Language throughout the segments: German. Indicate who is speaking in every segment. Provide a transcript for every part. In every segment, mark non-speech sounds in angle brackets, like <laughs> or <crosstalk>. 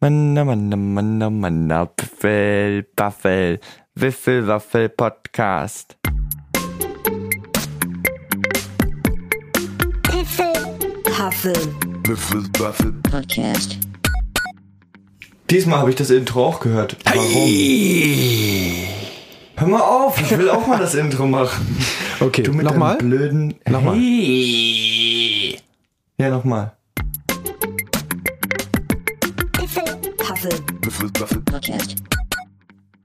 Speaker 1: Manna, manna, manna, manna, Piffel, Baffel, Wiffel, Waffel, Podcast.
Speaker 2: Huffel
Speaker 3: Biffel, Baffel.
Speaker 2: Podcast.
Speaker 1: Diesmal habe ich das Intro auch gehört. Warum? Hör mal auf, ich will auch mal das Intro machen.
Speaker 4: Okay,
Speaker 1: Du mit
Speaker 4: nochmal.
Speaker 1: deinem blöden...
Speaker 4: Nochmal.
Speaker 1: Ja, nochmal.
Speaker 2: Huffel
Speaker 3: Biffel, Baffel.
Speaker 2: Podcast.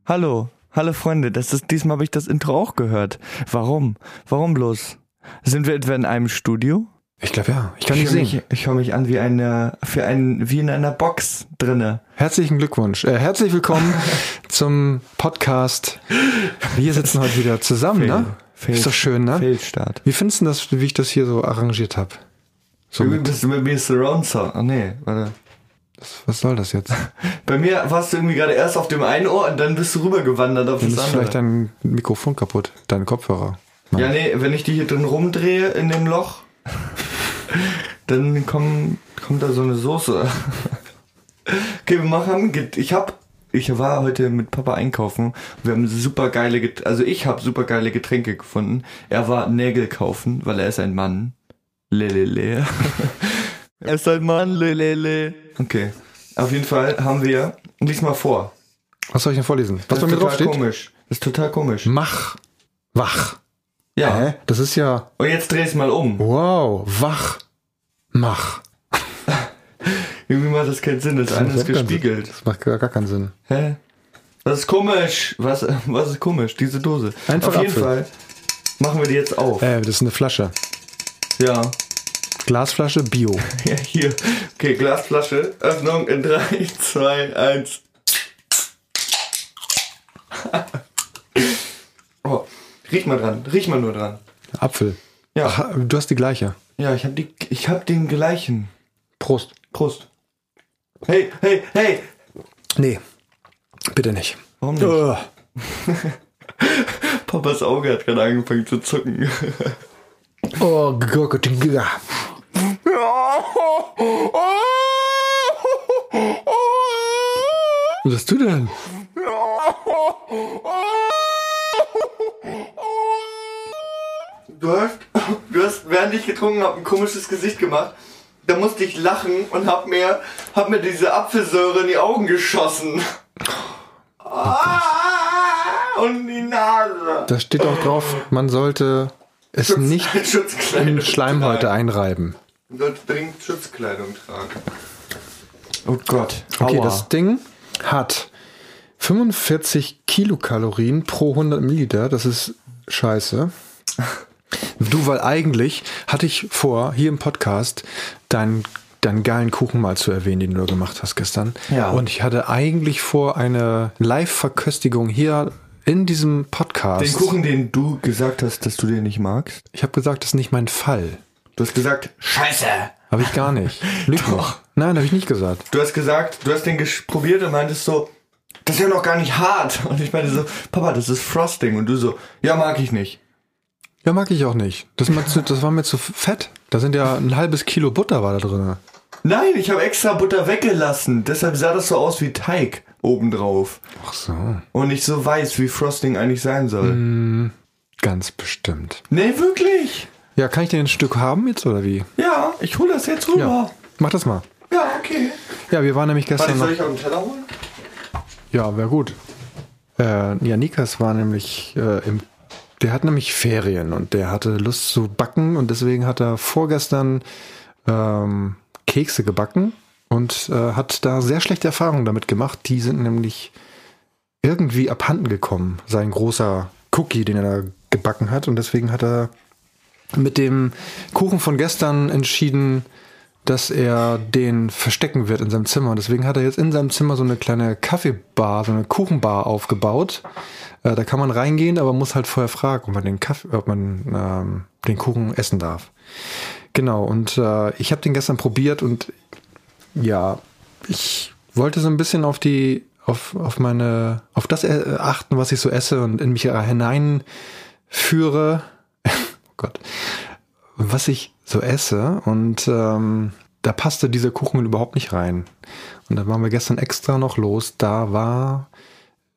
Speaker 1: Hallo, hallo Freunde, das ist, diesmal habe ich das Intro auch gehört. Warum? Warum bloß? Sind wir etwa in einem Studio?
Speaker 4: Ich glaube ja. Ich kann
Speaker 1: Ich
Speaker 4: nicht
Speaker 1: höre
Speaker 4: singen.
Speaker 1: mich, ich hör mich an wie eine, für einen, wie in einer Box drinne.
Speaker 4: Herzlichen Glückwunsch. Äh, herzlich
Speaker 1: <laughs>
Speaker 4: willkommen zum Podcast. Wir sitzen heute wieder zusammen, ne? Ist doch schön, ne?
Speaker 1: Fehlstart.
Speaker 4: Wie findest du das, wie ich das hier so arrangiert habe? So
Speaker 1: Du
Speaker 4: mit,
Speaker 1: bist bei mir Surround Sound. Oh nee, warte.
Speaker 4: was soll das jetzt?
Speaker 1: Bei mir warst du irgendwie gerade erst auf dem einen Ohr und dann bist du rübergewandert auf
Speaker 4: Dann
Speaker 1: das
Speaker 4: ist vielleicht
Speaker 1: andere.
Speaker 4: dein Mikrofon kaputt, dein Kopfhörer. Mann.
Speaker 1: Ja, nee, wenn ich die hier drin rumdrehe in dem Loch, dann komm, kommt da so eine Soße. <laughs> Okay, wir machen. Get- Ich hab. Ich war heute mit Papa einkaufen. Wir haben super geile, Get also ich habe super geile Getränke gefunden. Er war Nägel kaufen, weil er ist ein Mann. Lelele. er ist ein Mann, lelele. Okay. Auf jeden Fall haben wir. Lies mal vor.
Speaker 4: Was soll ich denn vorlesen? Was
Speaker 1: Das
Speaker 4: bei
Speaker 1: ist
Speaker 4: mir
Speaker 1: total
Speaker 4: draufsteht?
Speaker 1: komisch. Das ist total komisch.
Speaker 4: Mach. Wach.
Speaker 1: Ja.
Speaker 4: Hä? Das ist ja.
Speaker 1: Und jetzt dreh es mal um.
Speaker 4: Wow. Wach. Mach.
Speaker 1: Irgendwie macht das keinen Sinn. Das, eine ist
Speaker 4: macht gar keinen Sinn.
Speaker 1: gespiegelt.
Speaker 4: Das macht gar, gar keinen Sinn.
Speaker 1: Hä? Das ist komisch. Was, was ist komisch? Diese Dose.
Speaker 4: Einfach
Speaker 1: Auf jeden
Speaker 4: Apfel.
Speaker 1: Fall machen wir die jetzt auf.
Speaker 4: Äh, das ist eine Flasche.
Speaker 1: Ja. <laughs>
Speaker 4: Glasflasche Bio.
Speaker 1: Ja, hier. Okay, Glasflasche. Öffnung in 3, 2, 1. <laughs> Oh, riech mal dran. Riech mal nur dran.
Speaker 4: Apfel.
Speaker 1: Ja.
Speaker 4: Ach, du hast die gleiche.
Speaker 1: Ja, ich hab, die, ich hab den gleichen.
Speaker 4: Prost.
Speaker 1: Prost. Hey, hey, hey.
Speaker 4: Nee. Bitte nicht. Oh,
Speaker 1: Warum nicht?
Speaker 4: Ugh.
Speaker 1: Papas Auge hat gerade angefangen zu zucken. <laughs>
Speaker 4: Oh, Gurke. Digga. Was hast du denn?
Speaker 1: Du hast, <laughs> du hast, während ich getrunken habe, ein komisches Gesicht gemacht. Da musste ich lachen und hab mir, hab mir diese Apfelsäure in die Augen geschossen. Ah, und die Nase.
Speaker 4: Da steht auch drauf, man sollte es nicht in
Speaker 1: <laughs> Schutzkleidung.
Speaker 4: Schleimhäute
Speaker 1: tragen.
Speaker 4: einreiben.
Speaker 1: Sonst dringend Schutzkleidung tragen. Oh Gott.
Speaker 4: Okay,
Speaker 1: Aua.
Speaker 4: das Ding hat 45 Kilokalorien pro 100 Milliliter. Das ist scheiße. Du, weil eigentlich hatte ich vor, hier im Podcast deinen, deinen geilen Kuchen mal zu erwähnen, den du da gemacht hast gestern.
Speaker 1: Ja.
Speaker 4: Und ich hatte eigentlich vor, eine Live-Verköstigung hier in diesem Podcast.
Speaker 1: Den Kuchen, den du gesagt hast, dass du den nicht magst.
Speaker 4: Ich habe gesagt, das ist nicht mein Fall.
Speaker 1: Du hast gesagt, Scheiße.
Speaker 4: Habe ich
Speaker 1: <laughs>
Speaker 4: gar nicht. Lüg nicht. Nein, habe ich nicht gesagt.
Speaker 1: Du hast gesagt, du hast den gesch- probiert und meintest so, das ist ja noch gar nicht hart. Und ich meinte so, Papa, das ist Frosting. Und du so, ja, mag ich nicht.
Speaker 4: Ja, mag ich auch nicht. Das, war zu- das war mir zu fett. Da sind ja ein halbes Kilo Butter war da drin.
Speaker 1: Nein, ich habe extra Butter weggelassen. Deshalb sah das so aus wie Teig obendrauf.
Speaker 4: Ach so.
Speaker 1: Und nicht so weiß, wie Frosting eigentlich sein soll.
Speaker 4: Mhm. Ganz bestimmt.
Speaker 1: Nee, wirklich?
Speaker 4: Ja, kann ich denn ein Stück haben jetzt oder wie?
Speaker 1: Ja, ich hole das jetzt rüber.
Speaker 4: Mach das mal.
Speaker 1: Ja, okay.
Speaker 4: Ja, wir waren nämlich
Speaker 1: Warte,
Speaker 4: gestern
Speaker 1: soll
Speaker 4: noch.
Speaker 1: ich auch einen Teller holen?
Speaker 4: Ja, wäre gut. Äh, ja, Nikas war nämlich äh, im. Der hat nämlich Ferien und der hatte Lust zu backen und deswegen hat er vorgestern ähm, Kekse gebacken und äh, hat da sehr schlechte Erfahrungen damit gemacht. Die sind nämlich irgendwie abhanden gekommen, sein großer Cookie, den er da gebacken hat. Und deswegen hat er mit dem Kuchen von gestern entschieden, dass er den verstecken wird in seinem Zimmer. Und deswegen hat er jetzt in seinem Zimmer so eine kleine Kaffeebar, so eine Kuchenbar aufgebaut. Äh, da kann man reingehen, aber muss halt vorher fragen, ob man den, Kaffee, ob man, ähm, den Kuchen essen darf. Genau, und äh, ich habe den gestern probiert und ja, ich wollte so ein bisschen auf die, auf, auf meine, auf das äh, achten, was ich so esse und in mich <laughs> hineinführe. oh Gott. Was ich so esse und ähm, da passte dieser Kuchen überhaupt nicht rein. Und dann waren wir gestern extra noch los. Da war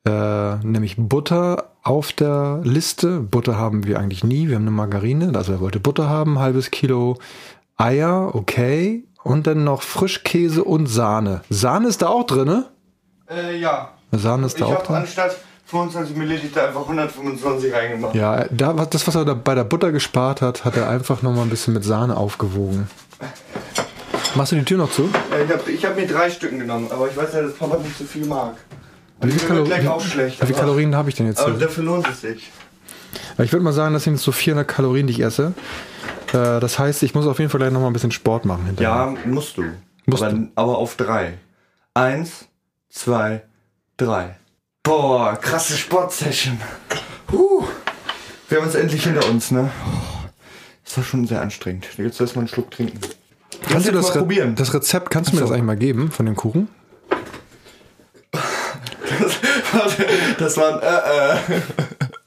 Speaker 4: äh, nämlich Butter auf der Liste. Butter haben wir eigentlich nie. Wir haben eine Margarine. Also er wollte Butter haben, halbes Kilo Eier, okay. Und dann noch Frischkäse und Sahne. Sahne ist da auch drin, ne?
Speaker 1: Äh, ja.
Speaker 4: Sahne ist
Speaker 1: Ich
Speaker 4: da auch
Speaker 1: habe
Speaker 4: drin.
Speaker 1: anstatt 25 Milliliter einfach 125 reingemacht.
Speaker 4: Ja, da, was- das, was er da bei der Butter gespart hat, hat er einfach nochmal ein bisschen mit Sahne aufgewogen. Machst du die Tür noch zu?
Speaker 1: Äh, Ich habe ich hab mir drei Stücken genommen, aber ich weiß ja, dass Papa nicht so viel mag.
Speaker 4: Wie
Speaker 1: Mir wird gleich auch schlecht.
Speaker 4: wie viele
Speaker 1: aber-
Speaker 4: Kalorien habe ich denn jetzt?
Speaker 1: Aber
Speaker 4: hier?
Speaker 1: dafür lohnt es sich.
Speaker 4: Ich würde mal sagen, das sind jetzt so 400 Kalorien, die ich esse. Äh, Das heißt, ich muss auf jeden Fall gleich nochmal ein bisschen Sport machen hinterher.
Speaker 1: Ja, musst du.
Speaker 4: Musst
Speaker 1: aber, aber auf drei. Eins, zwei, drei. Boah, krasse Sportsession. Huh. Wir haben uns endlich hinter uns, ne? Oh, Das war schon sehr anstrengend. Jetzt lass mal einen Schluck trinken. <laughs>
Speaker 4: Kannst du
Speaker 1: jetzt
Speaker 4: das,
Speaker 1: mal
Speaker 4: Re
Speaker 1: probieren?
Speaker 4: das Rezept, kannst du mir das eigentlich mal geben von dem Kuchen?
Speaker 1: Das war ein äh, äh.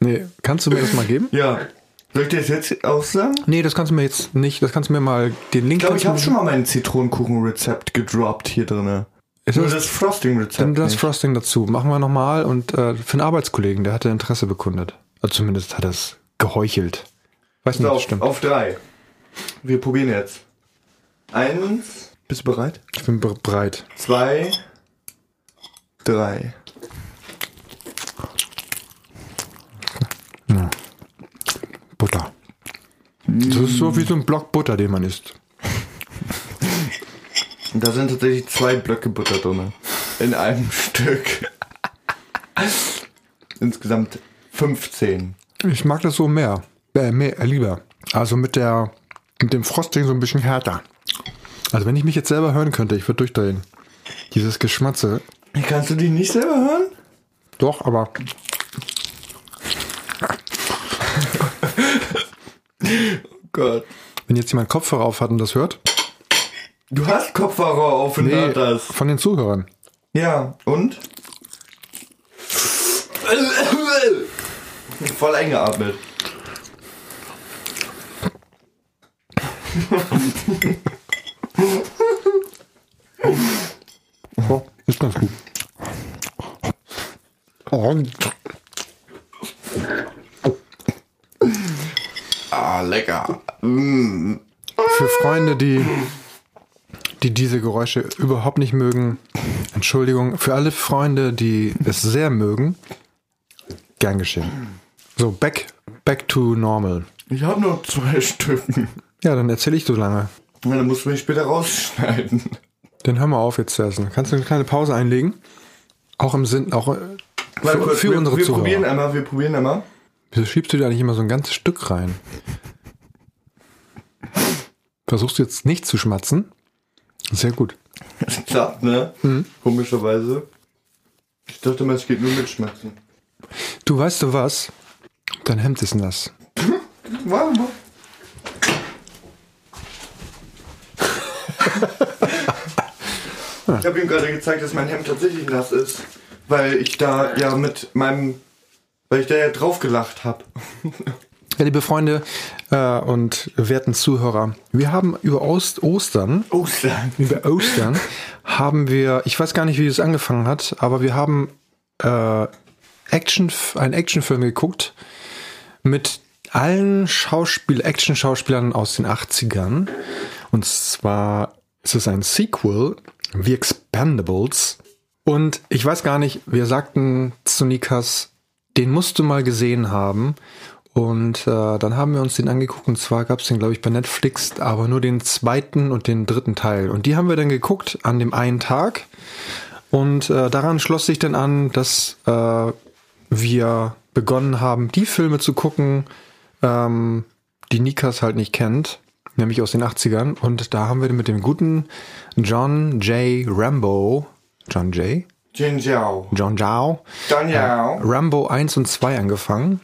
Speaker 4: Nee, kannst du mir das
Speaker 1: <laughs>
Speaker 4: mal geben?
Speaker 1: Ja. Soll ich dir das jetzt auch sagen?
Speaker 4: Nee, das kannst du mir jetzt nicht, das kannst du mir mal, den Link
Speaker 1: Ich glaube, ich habe
Speaker 4: kannst du
Speaker 1: schon
Speaker 4: mir-
Speaker 1: mal mein Zitronenkuchenrezept gedroppt hier drinne.
Speaker 4: Ist
Speaker 1: Nur
Speaker 4: das-
Speaker 1: das Frosting-Rezept.
Speaker 4: Dann das
Speaker 1: nicht.
Speaker 4: Frosting dazu. Machen wir nochmal und äh, für einen Arbeitskollegen, der hatte Interesse bekundet. Also zumindest hat er es geheuchelt. Weiß nicht,
Speaker 1: So,
Speaker 4: ob das
Speaker 1: auf,
Speaker 4: stimmt.
Speaker 1: auf drei. Wir probieren jetzt. Eins. Bist du bereit?
Speaker 4: Ich bin be- bereit.
Speaker 1: Zwei. Drei.
Speaker 4: Butter. Das ist so wie so ein Block Butter, den man isst.
Speaker 1: Und da sind tatsächlich zwei Blöcke Butter drin. In einem <laughs> Stück. Insgesamt 15.
Speaker 4: Ich mag das so mehr. Äh, mehr äh, lieber. Also mit der mit dem Frosting so ein bisschen härter. Also wenn ich mich jetzt selber hören könnte, ich würde durchdrehen. Dieses Geschmatze.
Speaker 1: Kannst du die nicht selber hören?
Speaker 4: Doch, aber
Speaker 1: Gott.
Speaker 4: wenn jetzt jemand Kopfhörer auf hat und das hört, eh
Speaker 1: Du hast Kopfhörer auf und hört das.
Speaker 4: von den Zuhörern.
Speaker 1: Ja,
Speaker 4: <laughs>
Speaker 1: und? Voll eingeatmet.
Speaker 4: Oh, ist ganz gut. Oh,
Speaker 1: Ah, lecker.
Speaker 4: für Freunde, die, die diese Geräusche überhaupt nicht mögen, Entschuldigung, für alle Freunde, die es sehr mögen, gern geschehen. So, back, back to normal.
Speaker 1: Ich habe noch zwei <laughs> Stücken.
Speaker 4: Ja, dann erzähle ich so lange.
Speaker 1: Na, dann musst du mich später rausschneiden.
Speaker 4: Dann hör mal auf jetzt zu essen. Kannst du eine kleine Pause einlegen? Auch im Sinn, auch äh, für, für
Speaker 1: wir,
Speaker 4: unsere
Speaker 1: wir
Speaker 4: Zuhörer.
Speaker 1: probieren einmal, wir probieren einmal. <laughs>
Speaker 4: Wieso schiebst du dir eigentlich immer so ein ganzes Stück rein? Versuchst du jetzt nicht zu schmatzen? Sehr gut.
Speaker 1: Das klappt, ne?
Speaker 4: Hm.
Speaker 1: Komischerweise. Ich dachte mal, es geht nur mit Schmerzen.
Speaker 4: Du weißt du was? Dein Hemd ist nass.
Speaker 1: Warte mal. Ich habe ihm gerade gezeigt, dass mein Hemd tatsächlich nass ist, weil ich da ja mit meinem, weil ich da ja drauf gelacht habe.
Speaker 4: Ja, liebe Freunde äh, und werten Zuhörer, wir haben über Ost Ostern,
Speaker 1: Ostern.
Speaker 4: über Ostern haben wir, ich weiß gar nicht, wie es angefangen hat, aber wir haben äh, Action, einen Actionfilm geguckt mit allen Schauspiel, Action-Schauspielern aus den 80ern. Und zwar ist es ein Sequel, The Expendables. Und ich weiß gar nicht, wir sagten zu Nikas, den musst du mal gesehen haben. Und äh, dann haben wir uns den angeguckt und zwar gab es den, glaube ich, bei Netflix, aber nur den zweiten und den dritten Teil. Und die haben wir dann geguckt an dem einen Tag. Und äh, daran schloss sich dann an, dass äh, wir begonnen haben, die Filme zu gucken, ähm, die Nikas halt nicht kennt, nämlich aus den 80ern. Und da haben wir mit dem guten John J. Rambo, John J.,
Speaker 1: Jin Jiao.
Speaker 4: John Zhao,
Speaker 1: John Jiao.
Speaker 4: Rambo 1 und 2 angefangen.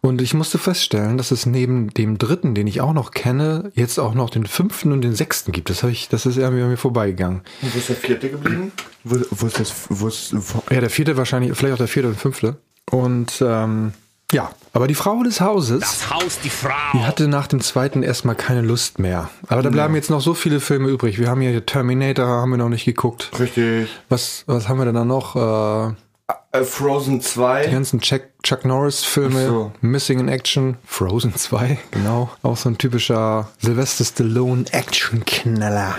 Speaker 4: Und ich musste feststellen, dass es neben dem dritten, den ich auch noch kenne, jetzt auch noch den fünften und den sechsten gibt. Das, hab ich, das ist irgendwie an mir vorbeigegangen.
Speaker 1: Und wo ist der vierte geblieben? Wo, wo ist das? Wo ist, wo,
Speaker 4: Ja, der vierte wahrscheinlich, vielleicht auch der vierte und fünfte. Und ähm, Ja, aber die Frau des Hauses,
Speaker 5: Das Haus, die Frau.
Speaker 4: die hatte nach dem zweiten erstmal keine Lust mehr. Aber da bleiben jetzt noch so viele Filme übrig. Wir haben hier Terminator, haben wir noch nicht geguckt.
Speaker 1: Richtig.
Speaker 4: Was, was haben wir denn da noch? Äh,
Speaker 1: Äh, Frozen 2.
Speaker 4: die ganzen Chuck, Chuck Norris-Filme,
Speaker 1: Ach so.
Speaker 4: Missing in Action, Frozen
Speaker 1: <laughs>
Speaker 4: 2, genau. Auch so ein typischer Sylvester Stallone-Action-Knaller.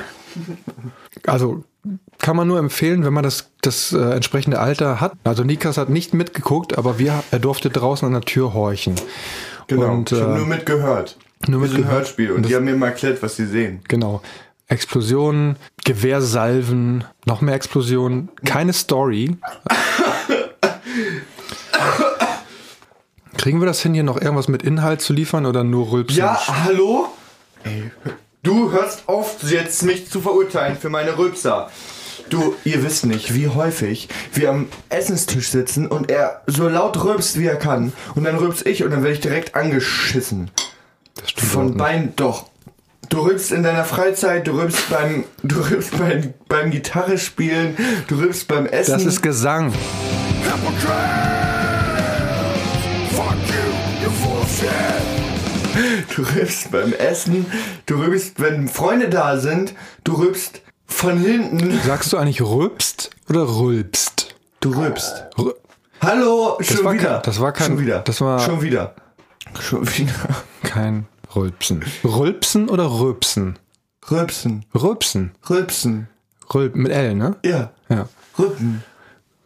Speaker 4: Also kann man nur empfehlen, wenn man das, das äh, entsprechende Alter hat. Also Nikas hat nicht mitgeguckt, aber wir, er durfte draußen an der Tür horchen.
Speaker 1: Genau.
Speaker 4: Und,
Speaker 1: ich habe
Speaker 4: äh,
Speaker 1: nur mitgehört.
Speaker 4: nur
Speaker 1: Nur mit so ein
Speaker 4: mitgehört.
Speaker 1: Hörspiel. Und die haben mir mal erklärt, was sie sehen.
Speaker 4: Genau. Explosionen, Gewehrsalven, noch mehr Explosionen, keine Story. Kriegen wir das hin, hier noch irgendwas mit Inhalt zu liefern oder nur Rülpsen?
Speaker 1: Ja, hallo? Du hörst auf, jetzt mich zu verurteilen für meine Rülpser. Du, ihr wisst nicht, wie häufig wir am Essenstisch sitzen und er so laut rülpst, wie er kann. Und dann rülpst ich und dann werde ich direkt angeschissen.
Speaker 4: Das stimmt
Speaker 1: Von
Speaker 4: auch nicht.
Speaker 1: Bein doch. Du rülpst in deiner Freizeit, du rülpst beim, du rülpst beim, beim Gitarre spielen, du rülpst beim Essen.
Speaker 4: Das ist Gesang.
Speaker 1: Du rülpst beim Essen, du rülpst, wenn Freunde da sind, du rülpst von hinten.
Speaker 4: Sagst du eigentlich rülpst oder rülpst?
Speaker 1: Du rülpst.
Speaker 4: Rü-
Speaker 1: Hallo, schon
Speaker 4: war
Speaker 1: wieder.
Speaker 4: kein- das war kein-
Speaker 1: Schon wieder.
Speaker 4: das war-
Speaker 1: Schon wieder. Schon wieder.
Speaker 4: Kein Rülpsen. Rülpsen oder Rülpsen?
Speaker 1: <laughs> Rülpsen.
Speaker 4: Rülpsen.
Speaker 1: Rülpsen.
Speaker 4: Rülp mit L, ne?
Speaker 1: Ja.
Speaker 4: Ja.
Speaker 1: Rüppen.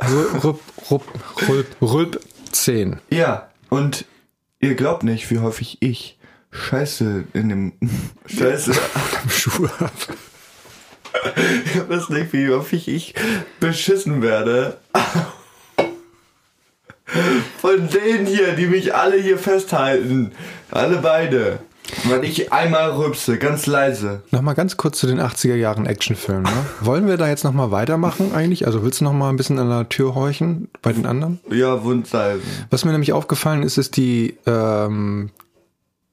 Speaker 4: Rülp, rülp, rülp, rülp, rülp 10.
Speaker 1: Ja. Und ihr glaubt nicht, wie häufig ich Scheiße in dem. <laughs>
Speaker 4: <laughs>
Speaker 1: Scheiße.
Speaker 4: Schuhe ab.
Speaker 1: Ihr wisst nicht, wie häufig ich beschissen werde. <laughs> Von denen hier, die mich alle hier festhalten. Alle beide. Weil ich einmal rübse, ganz leise.
Speaker 4: Nochmal ganz kurz zu den 80er Jahren Actionfilmen. Ne? Wollen wir da jetzt nochmal weitermachen eigentlich? Also willst du nochmal ein bisschen an der Tür horchen bei den anderen?
Speaker 1: Ja, Wundsalben.
Speaker 4: Was mir nämlich aufgefallen ist, ist die, ähm,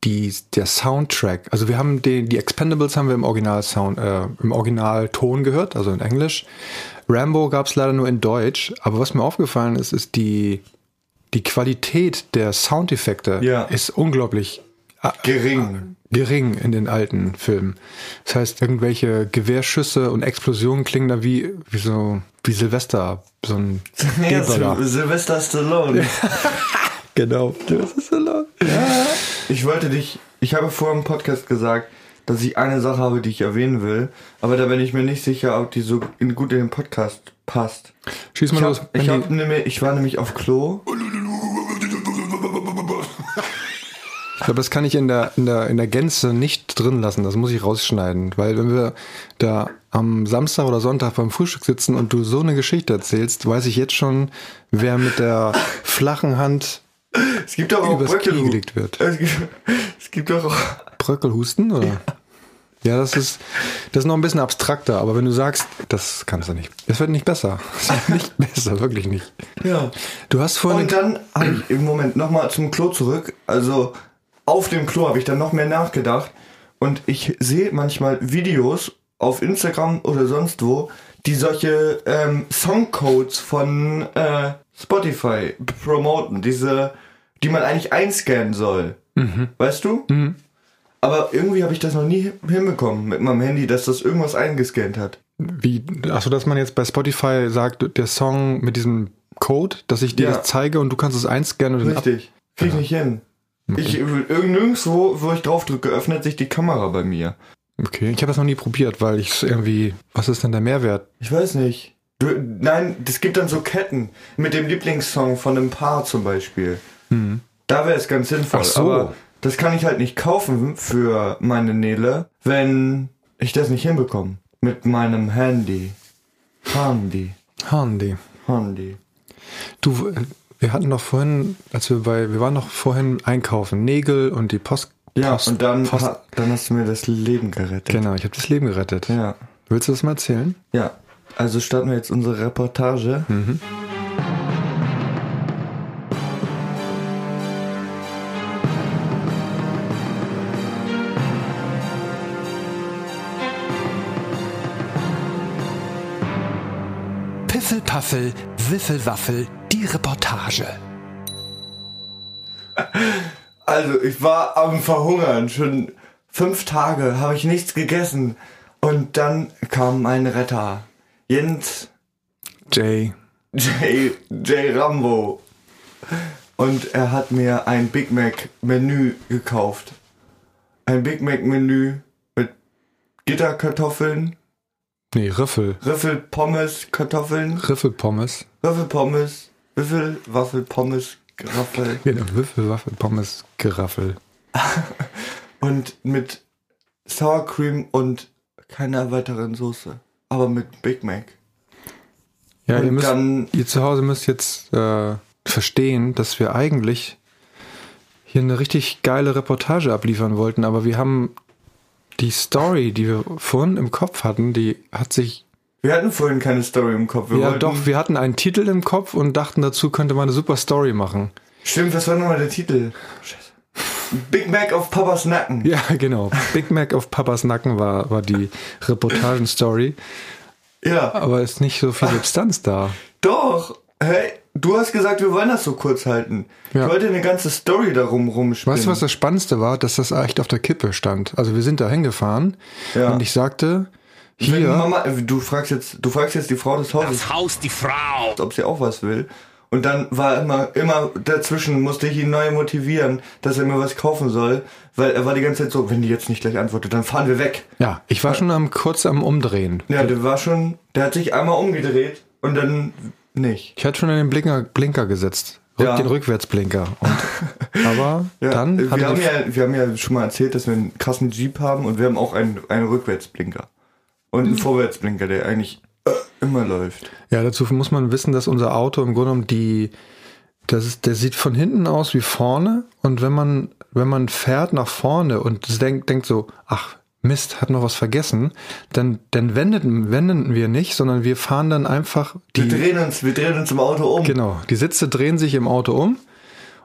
Speaker 4: die der Soundtrack. Also wir haben den, die Expendables haben wir im Original Sound, äh, im Originalton gehört, also in Englisch. Rambo gab es leider nur in Deutsch. Aber was mir aufgefallen ist, ist die die Qualität der Soundeffekte
Speaker 1: Ja.
Speaker 4: ist unglaublich äh,
Speaker 1: Gering.
Speaker 4: gering in den alten Filmen. Das heißt, irgendwelche Gewehrschüsse und Explosionen klingen da wie, wie so, wie Silvester, so ein
Speaker 1: <laughs> Ja,
Speaker 4: Deböller.
Speaker 1: Sil- Sylvester Stallone.
Speaker 4: Genau.
Speaker 1: Ich wollte dich, ich habe vor im Podcast gesagt, dass ich eine Sache habe, die ich erwähnen will, aber da bin ich mir nicht sicher, ob die so in, gut in den Podcast passt.
Speaker 4: Schieß mal
Speaker 1: Ich,
Speaker 4: los.
Speaker 1: hab, ich,
Speaker 4: Benny.
Speaker 1: hab, nämlich- ich war nämlich auf Klo.
Speaker 4: ich glaube, das kann ich in der, in, der, in der Gänze nicht drin lassen. Das muss ich rausschneiden. Weil wenn wir da am Samstag oder Sonntag beim Frühstück sitzen und du so eine Geschichte erzählst, weiß ich jetzt schon, wer mit der flachen Hand
Speaker 1: Es gibt doch auch
Speaker 4: Übers Knie
Speaker 1: Bröckelhu-
Speaker 4: gelegt wird.
Speaker 1: Es gibt, es gibt doch auch.
Speaker 4: Bröckelhusten, oder? Ja. das ist, das ist noch ein bisschen abstrakter, aber wenn du sagst, das kannst du nicht. Es wird nicht besser. <laughs> Es wird nicht besser, wirklich nicht.
Speaker 1: Ja.
Speaker 4: Du hast vorhin.
Speaker 1: Und dann habe ich im Moment nochmal zum Klo zurück. Also auf dem Klo habe ich dann noch mehr nachgedacht. Und ich sehe manchmal Videos auf Instagram oder sonst wo, die solche ähm, Songcodes von äh, Spotify promoten. Diese, die man eigentlich einscannen soll. Weißt du? Aber irgendwie habe ich das noch nie hinbekommen mit meinem Handy, dass das irgendwas eingescannt hat.
Speaker 4: Wie, achso, dass man jetzt bei Spotify sagt, der Song mit diesem Code, dass ich dir
Speaker 1: Ja.
Speaker 4: das zeige und du kannst es einscannen und dann ab- Genau.
Speaker 1: Richtig. Krieg ich nicht hin. Ich, äh, irgend- nirgendwo, wo ich drauf drücke, öffnet sich die Kamera bei mir.
Speaker 4: Okay, ich habe das noch nie probiert, weil ich es irgendwie. Was ist denn der Mehrwert?
Speaker 1: Ich weiß nicht. Du, nein, es gibt dann so Ketten mit dem Lieblingssong von einem Paar zum Beispiel. Da wäre es ganz sinnvoll.
Speaker 4: Hm. Ach so.
Speaker 1: Aber das kann ich halt nicht kaufen für meine Nele, wenn ich das nicht hinbekomme. Mit meinem Handy. Handy.
Speaker 4: Handy.
Speaker 1: Handy.
Speaker 4: Du, wir hatten doch vorhin, als wir bei, wir waren noch vorhin einkaufen, Nägel und die Post.
Speaker 1: Ja,
Speaker 4: Post,
Speaker 1: und dann,
Speaker 4: Post,
Speaker 1: ha, dann hast du mir das Leben gerettet.
Speaker 4: genau, ich habe das Leben gerettet.
Speaker 1: Ja.
Speaker 4: Willst du das mal erzählen?
Speaker 1: Ja, also starten wir jetzt unsere Reportage.
Speaker 6: Piffelpaffel, Wiffelwaffel, die Reportage.
Speaker 1: Also, ich war am Verhungern. Schon fünf Tage habe ich nichts gegessen. Und dann kam mein Retter. Jens
Speaker 4: Jay.
Speaker 1: J. J. Rambo. Und er hat mir ein Big Mac-Menü gekauft. Ein Big Mac-Menü mit Gitterkartoffeln,
Speaker 4: Nee, Riffel.
Speaker 1: Riffelpommes, Kartoffeln,
Speaker 4: Riffelpommes.
Speaker 1: Riffelpommes, Riffel, Waffel, Pommes, Raffel.
Speaker 4: Genau, Würfelwaffel, Pommes, Geraffel.
Speaker 1: Und mit Sour Cream und keiner weiteren Soße. Aber mit Big Mac.
Speaker 4: Ja,
Speaker 1: Und
Speaker 4: ihr müsst,
Speaker 1: dann-
Speaker 4: ihr zu Hause müsst jetzt äh, verstehen, dass wir eigentlich hier eine richtig geile Reportage abliefern wollten, aber wir haben die Story, die wir vorhin im Kopf hatten, die hat sich
Speaker 1: Wir hatten vorhin keine Story im Kopf. Wir
Speaker 4: ja
Speaker 1: wollten-
Speaker 4: doch, wir hatten einen Titel im Kopf und dachten, dazu könnte man eine super Story machen.
Speaker 1: Stimmt, was war nochmal der Titel? Scheiße. Big Mac auf Papas Nacken.
Speaker 4: Ja, genau. Big Mac auf Papas Nacken war, war die Reportagenstory,
Speaker 1: ja.
Speaker 4: aber ist nicht so viel Substanz da.
Speaker 1: Doch. Hey, du hast gesagt, wir wollen das so kurz halten.
Speaker 4: Ja.
Speaker 1: Ich wollte eine ganze Story darum rumspielen.
Speaker 4: Weißt du, was das Spannendste war? Dass das echt auf der Kippe stand. Also wir sind da hingefahren
Speaker 1: Ja.
Speaker 4: und ich sagte,
Speaker 1: Wenn
Speaker 4: hier,
Speaker 1: Mama, äh, du fragst jetzt, du fragst jetzt die Frau des Hauses,
Speaker 5: Haus die Frau.
Speaker 1: ob sie auch was will. Und dann war immer, immer dazwischen musste ich ihn neu motivieren, dass er mir was kaufen soll, weil er war die ganze Zeit so, wenn die jetzt nicht gleich antwortet, dann fahren wir weg.
Speaker 4: ja, ich war schon am kurz am Umdrehen.
Speaker 1: Ja, der war schon, der hat sich einmal umgedreht und dann nicht.
Speaker 4: Ich hatte schon in den Blinker, Blinker gesetzt. Rück,
Speaker 1: Ja.
Speaker 4: Den Rückwärtsblinker.
Speaker 1: <laughs>
Speaker 4: Und, aber
Speaker 1: Ja,
Speaker 4: dann
Speaker 1: wir
Speaker 4: hatte
Speaker 1: haben
Speaker 4: die,
Speaker 1: ja, wir haben ja schon mal erzählt, dass wir einen krassen Jeep haben und wir haben auch einen, einen Rückwärtsblinker. Und
Speaker 4: Hm.
Speaker 1: einen Vorwärtsblinker, der eigentlich äh, immer läuft.
Speaker 4: ja, dazu muss man wissen, dass unser Auto im Grunde genommen die, das ist, der sieht von hinten aus wie vorne. Und wenn man, wenn man fährt nach vorne und es denkt, denkt so, ach, Mist, hat noch was vergessen, dann, dann wendeten, wendeten wir nicht, sondern wir fahren dann einfach die,
Speaker 1: Wir drehen uns, wir drehen uns im Auto um.
Speaker 4: Genau, die Sitze drehen sich im Auto um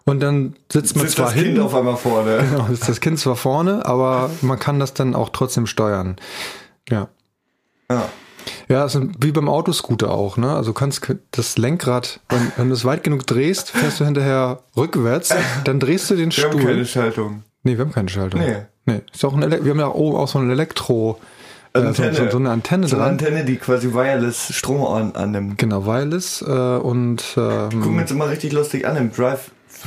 Speaker 4: und dann sitzt man
Speaker 1: Sitzt
Speaker 4: zwar
Speaker 1: das Kind
Speaker 4: hinten,
Speaker 1: auf einmal vorne.
Speaker 4: genau, sitzt das Kind zwar vorne, aber man kann das dann auch trotzdem steuern. Ja.
Speaker 1: Ja.
Speaker 4: Ja, ist wie beim Autoscooter auch, ne? Also du kannst das Lenkrad, wenn, wenn du es weit genug drehst, fährst du hinterher rückwärts, dann drehst du den
Speaker 1: Wir haben keine
Speaker 4: Stuhl.
Speaker 1: Schaltung.
Speaker 4: Nee, wir haben keine Schaltung.
Speaker 1: Nee.
Speaker 4: Nee, ist auch ein Ele wir haben da oben auch so ein Elektro, äh, so, so, so eine Antenne
Speaker 1: So eine
Speaker 4: dran.
Speaker 1: Antenne, die quasi wireless Strom an, annimmt.
Speaker 4: Genau, wireless äh, und
Speaker 1: Gucken wir
Speaker 4: ähm,
Speaker 1: uns immer richtig lustig an im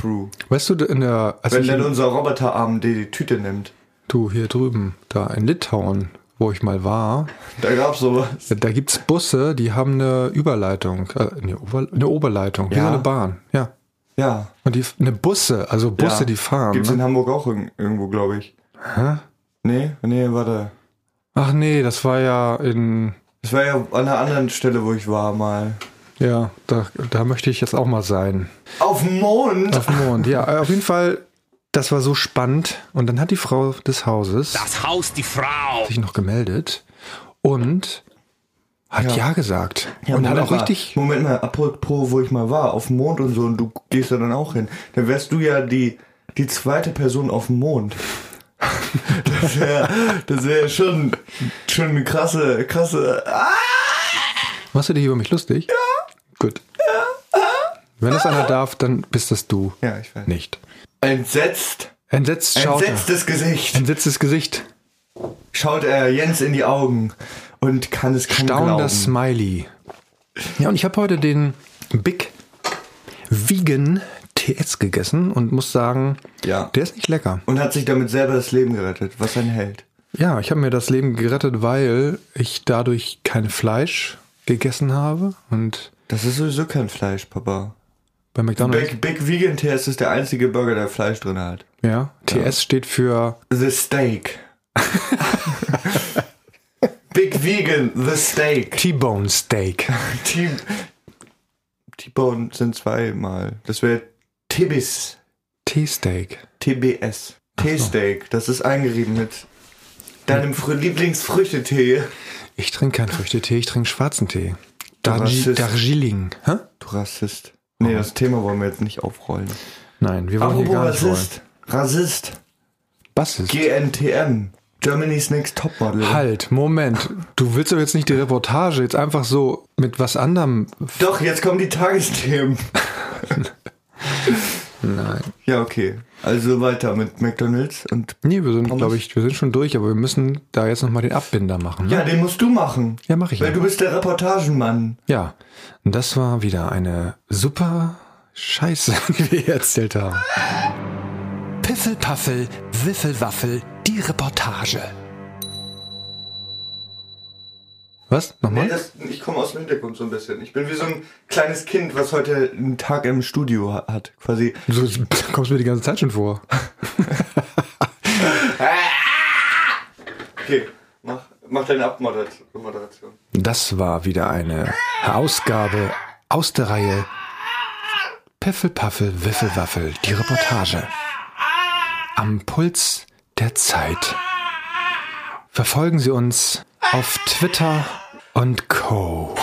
Speaker 1: Drive-Thru.
Speaker 4: weißt du, in der als
Speaker 1: Wenn
Speaker 4: ich-
Speaker 1: dann unser Roboterarm die, die Tüte nimmt.
Speaker 4: Du, hier drüben, da in Litauen, wo ich mal war,
Speaker 1: Da gab's sowas.
Speaker 4: da gibt's Busse, die haben eine Überleitung, äh, eine, Ober eine Oberleitung, wie
Speaker 1: Ja.
Speaker 4: so eine Bahn, ja.
Speaker 1: Ja.
Speaker 4: Und die, eine Busse, also Busse,
Speaker 1: ja.
Speaker 4: die fahren.
Speaker 1: Gibt's
Speaker 4: Ne?
Speaker 1: in Hamburg auch irg- irgendwo, glaube ich.
Speaker 4: Hä?
Speaker 1: Nee, nee, warte.
Speaker 4: Ach nee, das war ja in,
Speaker 1: Das war ja an einer anderen Stelle, wo ich war mal.
Speaker 4: ja, da, da möchte ich jetzt auch mal sein.
Speaker 1: Auf dem Mond?
Speaker 4: Auf dem Mond, ja, äh, auf jeden Fall, das war so spannend. Und dann hat die Frau des Hauses
Speaker 5: Das Haus die Frau.
Speaker 4: sich noch gemeldet und hat ja, gesagt. und hat
Speaker 1: Moment
Speaker 4: auch
Speaker 1: mal,
Speaker 4: richtig,
Speaker 1: Moment mal, apropos, wo ich mal war, auf dem Mond und so, und du gehst da dann auch hin. Dann wärst du ja die, die zweite Person auf dem Mond. <laughs> Das wäre das wär schon, schon eine krasse, krasse. Ah,
Speaker 4: Machst du dich über mich lustig? Ja. Gut. Wenn das einer darf, dann bist das du.
Speaker 1: Ah. Ja, ich weiß.
Speaker 4: Nicht.
Speaker 1: Entsetzt,
Speaker 4: Entsetzt schaut er.
Speaker 1: entsetztes Gesicht.
Speaker 4: Entsetztes Gesicht.
Speaker 1: Schaut er Jens in die Augen und kann es kaum glauben.
Speaker 4: Staunender Smiley. Ja, und ich habe heute den Big Vegan TS gegessen und muss sagen,
Speaker 1: Ja.
Speaker 4: der ist nicht lecker.
Speaker 1: Und hat sich damit selber das Leben gerettet, was ein Held.
Speaker 4: Ja, ich habe mir das Leben gerettet, weil ich dadurch kein Fleisch gegessen habe und
Speaker 1: Das ist sowieso kein Fleisch, Papa.
Speaker 4: bei McDonald's.
Speaker 1: Big, Big Vegan Test ist der einzige Burger, der Fleisch drin hat.
Speaker 4: Ja, TS steht für
Speaker 1: The
Speaker 4: <laughs>
Speaker 1: Steak. Big Vegan, The Steak. <laughs>
Speaker 4: T-Bone Steak.
Speaker 1: T- T-Bone sind zweimal. Das wäre Tibis.
Speaker 4: T-Steak.
Speaker 1: TBS. T-Steak. Das ist eingerieben mit deinem Fr Lieblingsfrüchtetee.
Speaker 4: Ich trinke keinen Früchtetee, ich trinke schwarzen Tee. Darji,
Speaker 1: Rassist.
Speaker 4: Darjeeling. Hä?
Speaker 1: Du Rassist. Nee, das Thema wollen wir jetzt nicht aufrollen.
Speaker 4: Nein, wir wollen
Speaker 1: Apropos
Speaker 4: hier gar nicht wollen.
Speaker 1: Rassist. Rassist.
Speaker 4: Bassist.
Speaker 1: GNTM. Germany's Next Topmodel.
Speaker 4: halt, Moment. Du willst doch jetzt nicht die Reportage jetzt einfach so mit was anderem.
Speaker 1: Doch, jetzt kommen die Tagesthemen.
Speaker 4: Nein.
Speaker 1: Ja, okay. Also weiter mit McDonalds und.
Speaker 4: Nee, wir sind,
Speaker 1: Pommes?
Speaker 4: glaube ich, wir sind schon durch, aber wir müssen da jetzt nochmal den Abbinder machen. Ne?
Speaker 1: Ja, den musst du machen.
Speaker 4: Ja, mach ich
Speaker 1: Weil
Speaker 4: ja.
Speaker 1: du bist der Reportagenmann.
Speaker 4: Ja, und das war wieder eine super Scheiße, <laughs> die wir hier erzählt haben.
Speaker 6: Piffelpaffel, Wiffelwaffel, die Reportage.
Speaker 4: Was? Nochmal?
Speaker 1: Nee, das, ich komme aus dem Hintergrund so ein bisschen. Ich bin wie so ein kleines Kind, was heute einen Tag im Studio ha- hat. Quasi.
Speaker 4: so, so kommst du mir die ganze Zeit schon vor.
Speaker 1: Okay, mach, mach deine Abmoderation.
Speaker 4: Das war wieder eine Ausgabe aus der Reihe Piffelpaffel, Wiffelwaffel, die Reportage. Am Puls der Zeit. Verfolgen Sie uns auf Twitter und Co.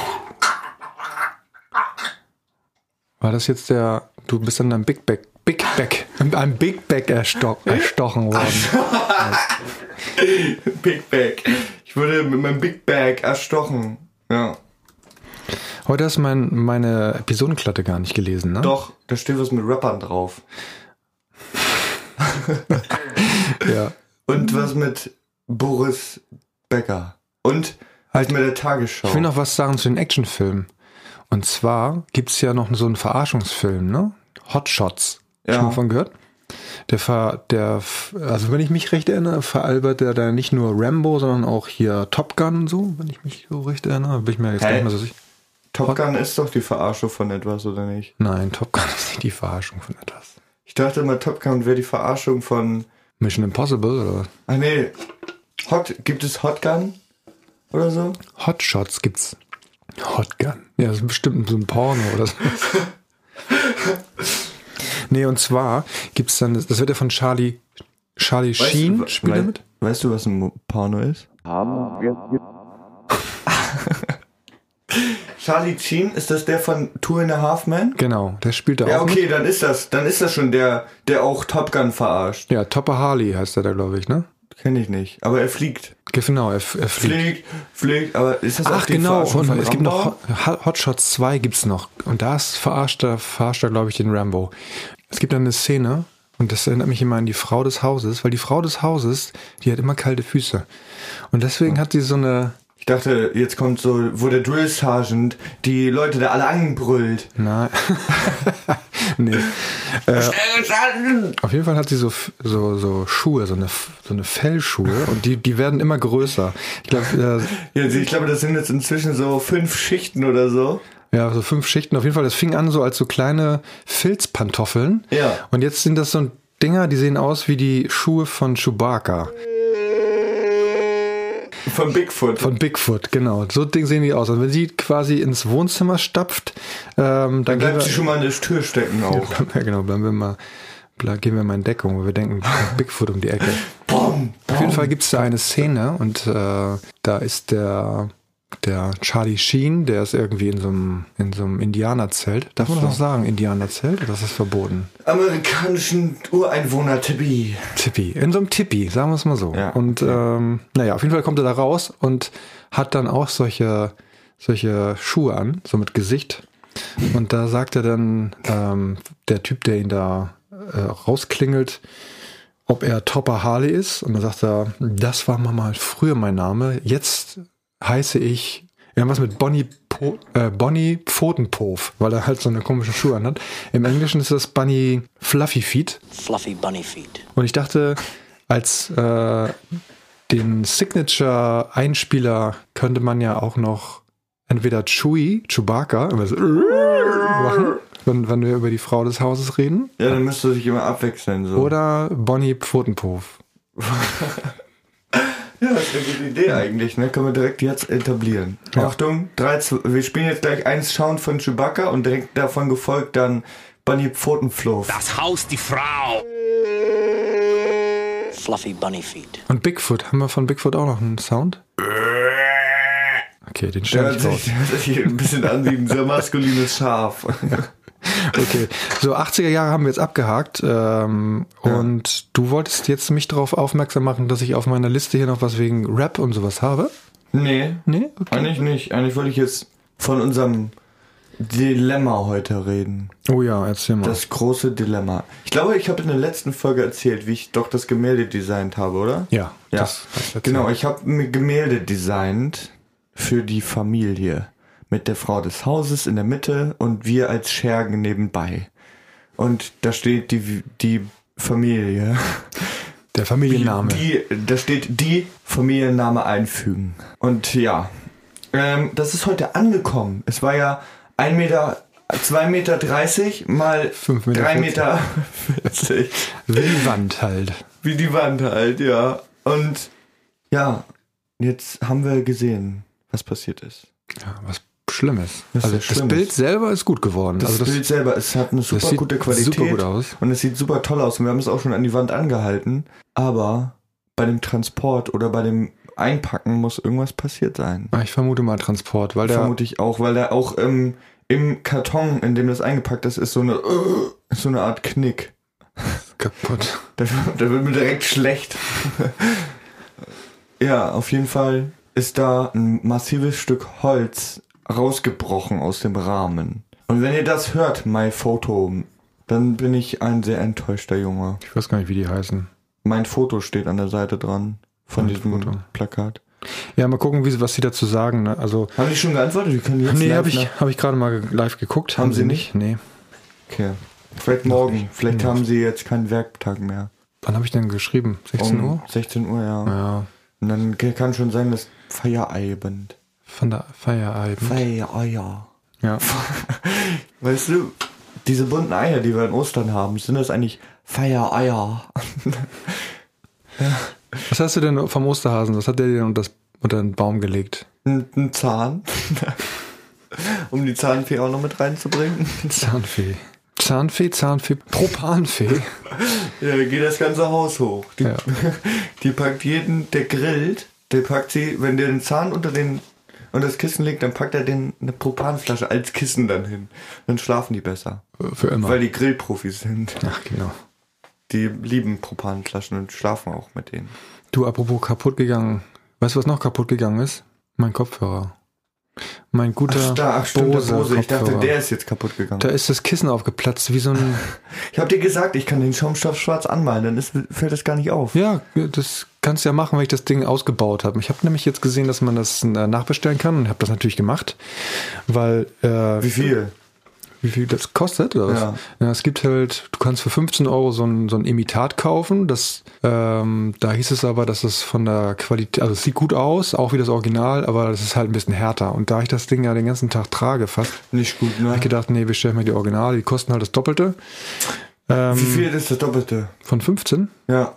Speaker 4: War das jetzt der, du bist an einem Big Bag, Big Bag, an einem Big Bag ersto erstochen worden.
Speaker 1: <laughs> Big Bag. Ich würde mit meinem Big Bag erstochen. Ja.
Speaker 4: Heute hast du mein, meine Episodenklatte gar nicht gelesen, ne?
Speaker 1: Doch, da steht was mit Rappern drauf.
Speaker 4: Ja.
Speaker 1: Und was mit Boris Becker. Und halt mit der Tagesschau.
Speaker 4: Ich will noch was sagen zu den Actionfilmen. Und zwar gibt's ja noch so einen Verarschungsfilm, ne? Hot Shots.
Speaker 1: Ja.
Speaker 4: Schon mal von gehört? Der ver, der, f- also wenn ich mich recht erinnere, veralbert der da nicht nur Rambo, sondern auch hier Top Gun und so, wenn ich mich so recht erinnere. Bin ich mir jetzt gar
Speaker 1: Hä?
Speaker 4: nicht mehr so sicher.
Speaker 1: Top Gun ist doch die Verarsche von etwas, oder nicht?
Speaker 4: Nein, Top Gun <laughs> ist nicht die Verarschung von etwas.
Speaker 1: Ich dachte mal, Top Gun wäre die Verarschung von.
Speaker 4: Mission Impossible oder was?
Speaker 1: Ah nee. Hot, gibt es Hot Gun? Oder so?
Speaker 4: Hot Shots gibt's. Hot Gun. Ja, das ist bestimmt so ein Porno oder so.
Speaker 1: <laughs>
Speaker 4: nee, und zwar gibt's dann, das wird ja von Charlie, Charlie Sheen,
Speaker 1: Weißt du,
Speaker 4: spielt er
Speaker 1: wei-
Speaker 4: mit?
Speaker 1: Weißt du, was ein Mo- Porno ist? <laughs> Charlie Sheen, ist das der von Two and a Half Men?
Speaker 4: Genau, der spielt da
Speaker 1: Ja,
Speaker 4: auch
Speaker 1: okay, dann ist das, dann ist das schon der, der auch Top Gun verarscht.
Speaker 4: mit. Ja, Topper Harley heißt er da, glaube ich, ne?
Speaker 1: Kenne ich nicht. Aber er fliegt.
Speaker 4: Genau, er, f- er fliegt.
Speaker 1: Fliegt, fliegt, aber ist das auch
Speaker 4: Ach
Speaker 1: die
Speaker 4: genau,
Speaker 1: Verarschung
Speaker 4: und
Speaker 1: von
Speaker 4: es gibt
Speaker 1: Rambo?
Speaker 4: noch Hot- Hot Shots 2 gibt's noch. Und da ist verarscht er, verarscht er glaube ich, den Rambo. Es gibt dann eine Szene, und das erinnert mich immer an die Frau des Hauses, weil die Frau des Hauses, die hat immer kalte Füße. Und deswegen hat sie so eine,
Speaker 1: Ich dachte, jetzt kommt so, wo der Drill Sergeant die Leute da alle anbrüllt.
Speaker 4: Nein. <laughs> nee. Äh,
Speaker 1: Sergeant!
Speaker 4: Auf jeden Fall hat sie so, F- so, so Schuhe, so eine, F- so eine Fellschuhe und die, die werden immer größer. Ich äh, glaube,
Speaker 1: Ja, ich glaube, das sind jetzt inzwischen so fünf Schichten oder so.
Speaker 4: äh, ja, so fünf Schichten. Auf jeden Fall, das fing an so als so kleine Filzpantoffeln.
Speaker 1: Ja.
Speaker 4: Und jetzt sind das so ein Dinger, die sehen aus wie die Schuhe von Chewbacca.
Speaker 1: Von Bigfoot.
Speaker 4: Von Bigfoot, genau. So Ding sehen die aus. Und wenn sie quasi ins Wohnzimmer stapft, ähm,
Speaker 1: Dann
Speaker 4: dann, gehen
Speaker 1: bleibt
Speaker 4: wir-
Speaker 1: sie schon mal in der Tür stecken auch.
Speaker 4: <laughs> Ja, genau, bleiben wir mal, ble- gehen wir mal in Deckung, weil wir denken, Bigfoot um die Ecke.
Speaker 1: Bom,
Speaker 4: Auf jeden
Speaker 1: bom.
Speaker 4: Fall gibt es da eine Szene und äh, da ist der, der Charlie Sheen, der ist irgendwie in so einem, in so einem Indianerzelt. Darf man das noch sagen, Indianerzelt? Oder ist das verboten?
Speaker 1: Amerikanischen Ureinwohner Tibi.
Speaker 4: Tippi, in so einem Tippi, sagen wir es mal so.
Speaker 1: Ja,
Speaker 4: und ähm, naja, auf jeden Fall kommt er da raus und hat dann auch solche, solche Schuhe an, so mit Gesicht. Und da sagt er dann, ähm, der Typ, der ihn da äh, rausklingelt, ob er Topper Harley ist. Und dann sagt er, das war mal, mal früher mein Name, jetzt heiße ich irgendwas mit Bonnie, po, äh, Bonnie Pfotenpof, weil er halt so eine komische Schuhe anhat. Im Englischen ist das Bunny Fluffy Feet.
Speaker 7: fluffy bunny feet.
Speaker 4: Und ich dachte, als äh, den Signature-Einspieler könnte man ja auch noch entweder Chewie, Chewbacca, immer so machen, wenn, wenn wir über die Frau des Hauses reden,
Speaker 1: Ja, dann müsste sich immer abwechseln. So.
Speaker 4: oder Bonnie Pfotenpoof.
Speaker 1: Ja, das ist eine gute Idee eigentlich, ne? Können wir direkt jetzt etablieren. Achtung, drei, zwei, wir spielen jetzt gleich eins Schauen von Chewbacca und direkt davon gefolgt dann Bunny Pfotenfluff.
Speaker 5: Das Haus die Frau.
Speaker 7: Fluffy bunny feet.
Speaker 4: Und Bigfoot, haben wir von Bigfoot auch noch einen Sound? Okay, den
Speaker 1: Der
Speaker 4: stelle
Speaker 1: hört
Speaker 4: ich raus.
Speaker 1: sich, hört sich hier ein bisschen an wie ein sehr maskulines Schaf.
Speaker 4: Okay, so 80er Jahre haben wir jetzt abgehakt ähm, und du wolltest jetzt mich darauf aufmerksam machen, dass ich auf meiner Liste hier noch was wegen Rap und sowas habe?
Speaker 1: Nee,
Speaker 4: <laughs> Nee?
Speaker 1: eigentlich nicht. Eigentlich wollte ich jetzt von unserem Dilemma heute reden.
Speaker 4: Oh ja, erzähl mal.
Speaker 1: Das große Dilemma. Ich glaube, ich habe in der letzten Folge erzählt, wie ich doch das Gemälde designt habe, oder?
Speaker 4: Ja,
Speaker 1: ja.
Speaker 4: das- das letzte
Speaker 1: genau,
Speaker 4: Mal.
Speaker 1: ich habe mir Gemälde designt für die Familie. Mit der Frau des Hauses in der Mitte und wir als Schergen nebenbei. Und da steht die, die Familie.
Speaker 4: der Familienname.
Speaker 1: Die, da steht die Familienname einfügen. Und ja, ähm, das ist heute angekommen. Es war ja 1 Meter, 2,30 Meter mal
Speaker 4: Fünf Meter
Speaker 1: 3,40 Meter. 40.
Speaker 4: Wie die Wand halt.
Speaker 1: Wie die Wand halt, ja. Und ja, jetzt haben wir gesehen, was passiert ist.
Speaker 4: Ja, was Schlimmes.
Speaker 1: Das
Speaker 4: also
Speaker 1: ist
Speaker 4: das
Speaker 1: Schlimmes.
Speaker 4: Bild selber ist gut geworden.
Speaker 1: Das,
Speaker 4: also das,
Speaker 1: Bild selber, es hat eine super
Speaker 4: sieht
Speaker 1: gute Qualität.
Speaker 4: super gut aus.
Speaker 1: Und es sieht super toll aus. Und wir haben es auch schon an die Wand angehalten. Aber bei dem Transport oder bei dem Einpacken muss irgendwas passiert sein.
Speaker 4: Ah, ich vermute mal Transport, weil der
Speaker 1: Vermute ich auch, weil da auch ähm, im Karton, in dem das eingepackt ist, ist so eine, äh, so eine Art Knick. <laughs>
Speaker 4: kaputt.
Speaker 1: Da, da wird mir direkt schlecht. <laughs> ja, auf jeden Fall ist da ein massives Stück Holz rausgebrochen aus dem Rahmen. Und wenn ihr das hört, my Foto, dann bin ich ein sehr enttäuschter Junge.
Speaker 4: Ich weiß gar nicht, wie die heißen.
Speaker 1: Mein Foto steht an der Seite dran von
Speaker 4: Mein
Speaker 1: diesem
Speaker 4: Foto.
Speaker 1: Plakat.
Speaker 4: Ja, mal gucken, wie, sie- was sie dazu sagen. Ne? Also
Speaker 1: Haben die schon geantwortet? Wir können jetzt
Speaker 4: nee,
Speaker 1: live
Speaker 4: habe ich,
Speaker 1: nach-
Speaker 4: hab ich gerade mal ge- live geguckt.
Speaker 1: Haben Sie nicht?
Speaker 4: Nee.
Speaker 1: Okay. Vielleicht morgen. Vielleicht haben sie jetzt keinen Werktag mehr.
Speaker 4: Wann habe ich denn geschrieben? 16
Speaker 1: Um
Speaker 4: Uhr?
Speaker 1: 16 Uhr, ja.
Speaker 4: Ja,
Speaker 1: Und dann ke- kann schon sein, dass Feierabend.
Speaker 4: von der Feierabend.
Speaker 1: Feiereier.
Speaker 4: ja.
Speaker 1: <laughs> Weißt du, diese bunten Eier, die wir an Ostern haben, sind das eigentlich Feiereier? <laughs>
Speaker 4: Was hast du denn vom Osterhasen? Was hat der dir unter, das, unter den Baum gelegt?
Speaker 1: Ein ein Zahn? <laughs> um die Zahnfee auch noch mit reinzubringen? <laughs>
Speaker 4: Zahnfee. Zahnfee, Zahnfee, Propanfee.
Speaker 1: Ja, da geht das ganze Haus hoch. Die,
Speaker 4: Ja.
Speaker 1: <laughs> die packt jeden, der grillt, der packt sie, wenn der den Zahn unter den unter das Kissen legt, dann packt er den eine Propanflasche als Kissen dann hin. Dann schlafen die besser.
Speaker 4: Für immer.
Speaker 1: Weil die Grillprofis sind.
Speaker 4: Ach, genau.
Speaker 1: Die lieben Propanflaschen und schlafen auch mit denen.
Speaker 4: Du, apropos kaputt gegangen. Weißt du, was noch kaputt gegangen ist? Mein Kopfhörer. Mein guter
Speaker 1: da, ach, stimmt, der
Speaker 4: Bose,
Speaker 1: Bose. Ich dachte,
Speaker 4: Kopfhörer.
Speaker 1: der ist jetzt kaputt gegangen.
Speaker 4: da ist das Kissen aufgeplatzt, wie
Speaker 1: <laughs>
Speaker 4: so ein...
Speaker 1: Ich hab dir gesagt, ich kann den Schaumstoff schwarz anmalen, dann ist, fällt das gar nicht auf.
Speaker 4: Ja, das kannst du ja machen, wenn ich das Ding ausgebaut habe. Ich habe nämlich jetzt gesehen, dass man das äh, nachbestellen kann und habe das natürlich gemacht, weil äh,
Speaker 1: Wie viel?
Speaker 4: wie viel das kostet oder was?
Speaker 1: Ja.
Speaker 4: Ja. es gibt halt, du kannst für 15 Euro so ein, so ein Imitat kaufen. Das, ähm, da hieß es aber, dass es von der Qualität, also es sieht gut aus, auch wie das Original, aber das ist halt ein bisschen härter. Und da ich das Ding ja den ganzen Tag trage fast,
Speaker 1: Nicht gut,
Speaker 4: habe
Speaker 1: ne?
Speaker 4: ich gedacht, nee, bestell mir die Originale, die kosten halt das Doppelte.
Speaker 1: Wie
Speaker 4: Ähm,
Speaker 1: viel ist das Doppelte?
Speaker 4: von 15?
Speaker 1: Ja.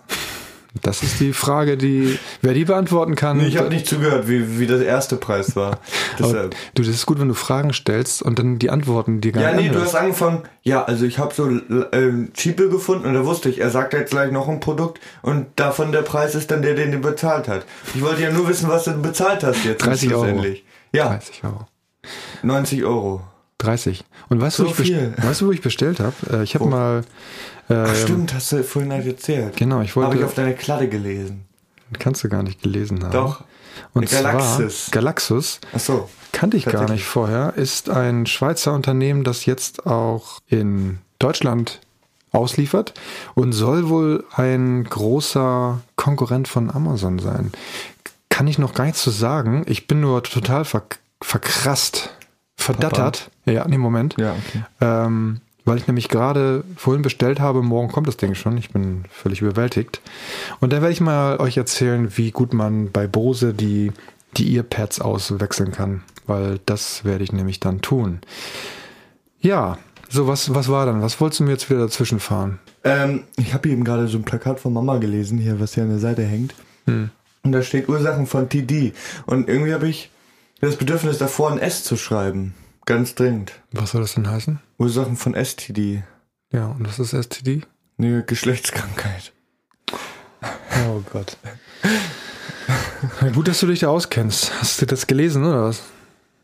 Speaker 4: Das ist die Frage, die, wer die beantworten kann.
Speaker 1: Nee, ich habe nicht zugehört, wie, wie das erste Preis <laughs> war.
Speaker 4: Aber,
Speaker 1: Deshalb.
Speaker 4: du, das ist gut, wenn du Fragen stellst und dann die Antworten dir gar
Speaker 1: Ja,
Speaker 4: nicht
Speaker 1: nee, du hast
Speaker 4: anhörst.
Speaker 1: angefangen. Ja, also ich habe so ähm, Cheape gefunden und da wusste ich, er sagt jetzt gleich noch ein Produkt und davon der Preis ist dann der, den du bezahlt hast. Ich wollte ja nur wissen, was du bezahlt hast jetzt.
Speaker 4: 30 Euro.
Speaker 1: schlussendlich. Ja,
Speaker 4: 30 Euro.
Speaker 1: 90 Euro.
Speaker 4: 30. Und weißt du,
Speaker 1: So
Speaker 4: wo ich best-
Speaker 1: viel.
Speaker 4: weißt du, wo ich bestellt habe? Äh, Ich habe mal.
Speaker 1: Ach,
Speaker 4: Äh,
Speaker 1: stimmt, hast du vorhin halt erzählt.
Speaker 4: genau, ich
Speaker 1: Habe ich
Speaker 4: wollte.
Speaker 1: auf deiner Kladde gelesen.
Speaker 4: kannst du gar nicht gelesen haben.
Speaker 1: Doch.
Speaker 4: Und
Speaker 1: Eine
Speaker 4: zwar,
Speaker 1: Galaxis.
Speaker 4: Galaxus. Galaxus
Speaker 1: Ach so.
Speaker 4: kannte ich gar
Speaker 1: Tatsächlich.
Speaker 4: nicht vorher. Ist ein Schweizer Unternehmen, das jetzt auch in Deutschland ausliefert und soll wohl ein großer Konkurrent von Amazon sein. Kann ich noch gar nichts zu sagen. Ich bin nur total verk verkrasst, verdattert. Ja, nee, Moment.
Speaker 1: Ja, okay.
Speaker 4: Ähm, weil ich nämlich gerade vorhin bestellt habe, morgen kommt das Ding schon. Ich bin völlig überwältigt. Und da werde ich mal euch erzählen, wie gut man bei Bose die, die Earpads auswechseln kann. Weil das werde ich nämlich dann tun. Ja, so was, was war dann? Was wolltest du mir jetzt wieder dazwischen fahren?
Speaker 1: Ähm, ich habe eben gerade so ein Plakat von Mama gelesen, hier, was hier an der Seite hängt.
Speaker 4: Hm.
Speaker 1: Und da steht Ursachen von TD. Und irgendwie habe ich das Bedürfnis davor, ein S zu schreiben. Ganz dringend.
Speaker 4: Was soll das denn heißen?
Speaker 1: Ursachen von STD.
Speaker 4: Ja, und was ist STD?
Speaker 1: Eine Geschlechtskrankheit.
Speaker 4: Oh Gott. <laughs> Gut, dass du dich da auskennst. Hast du das gelesen oder was?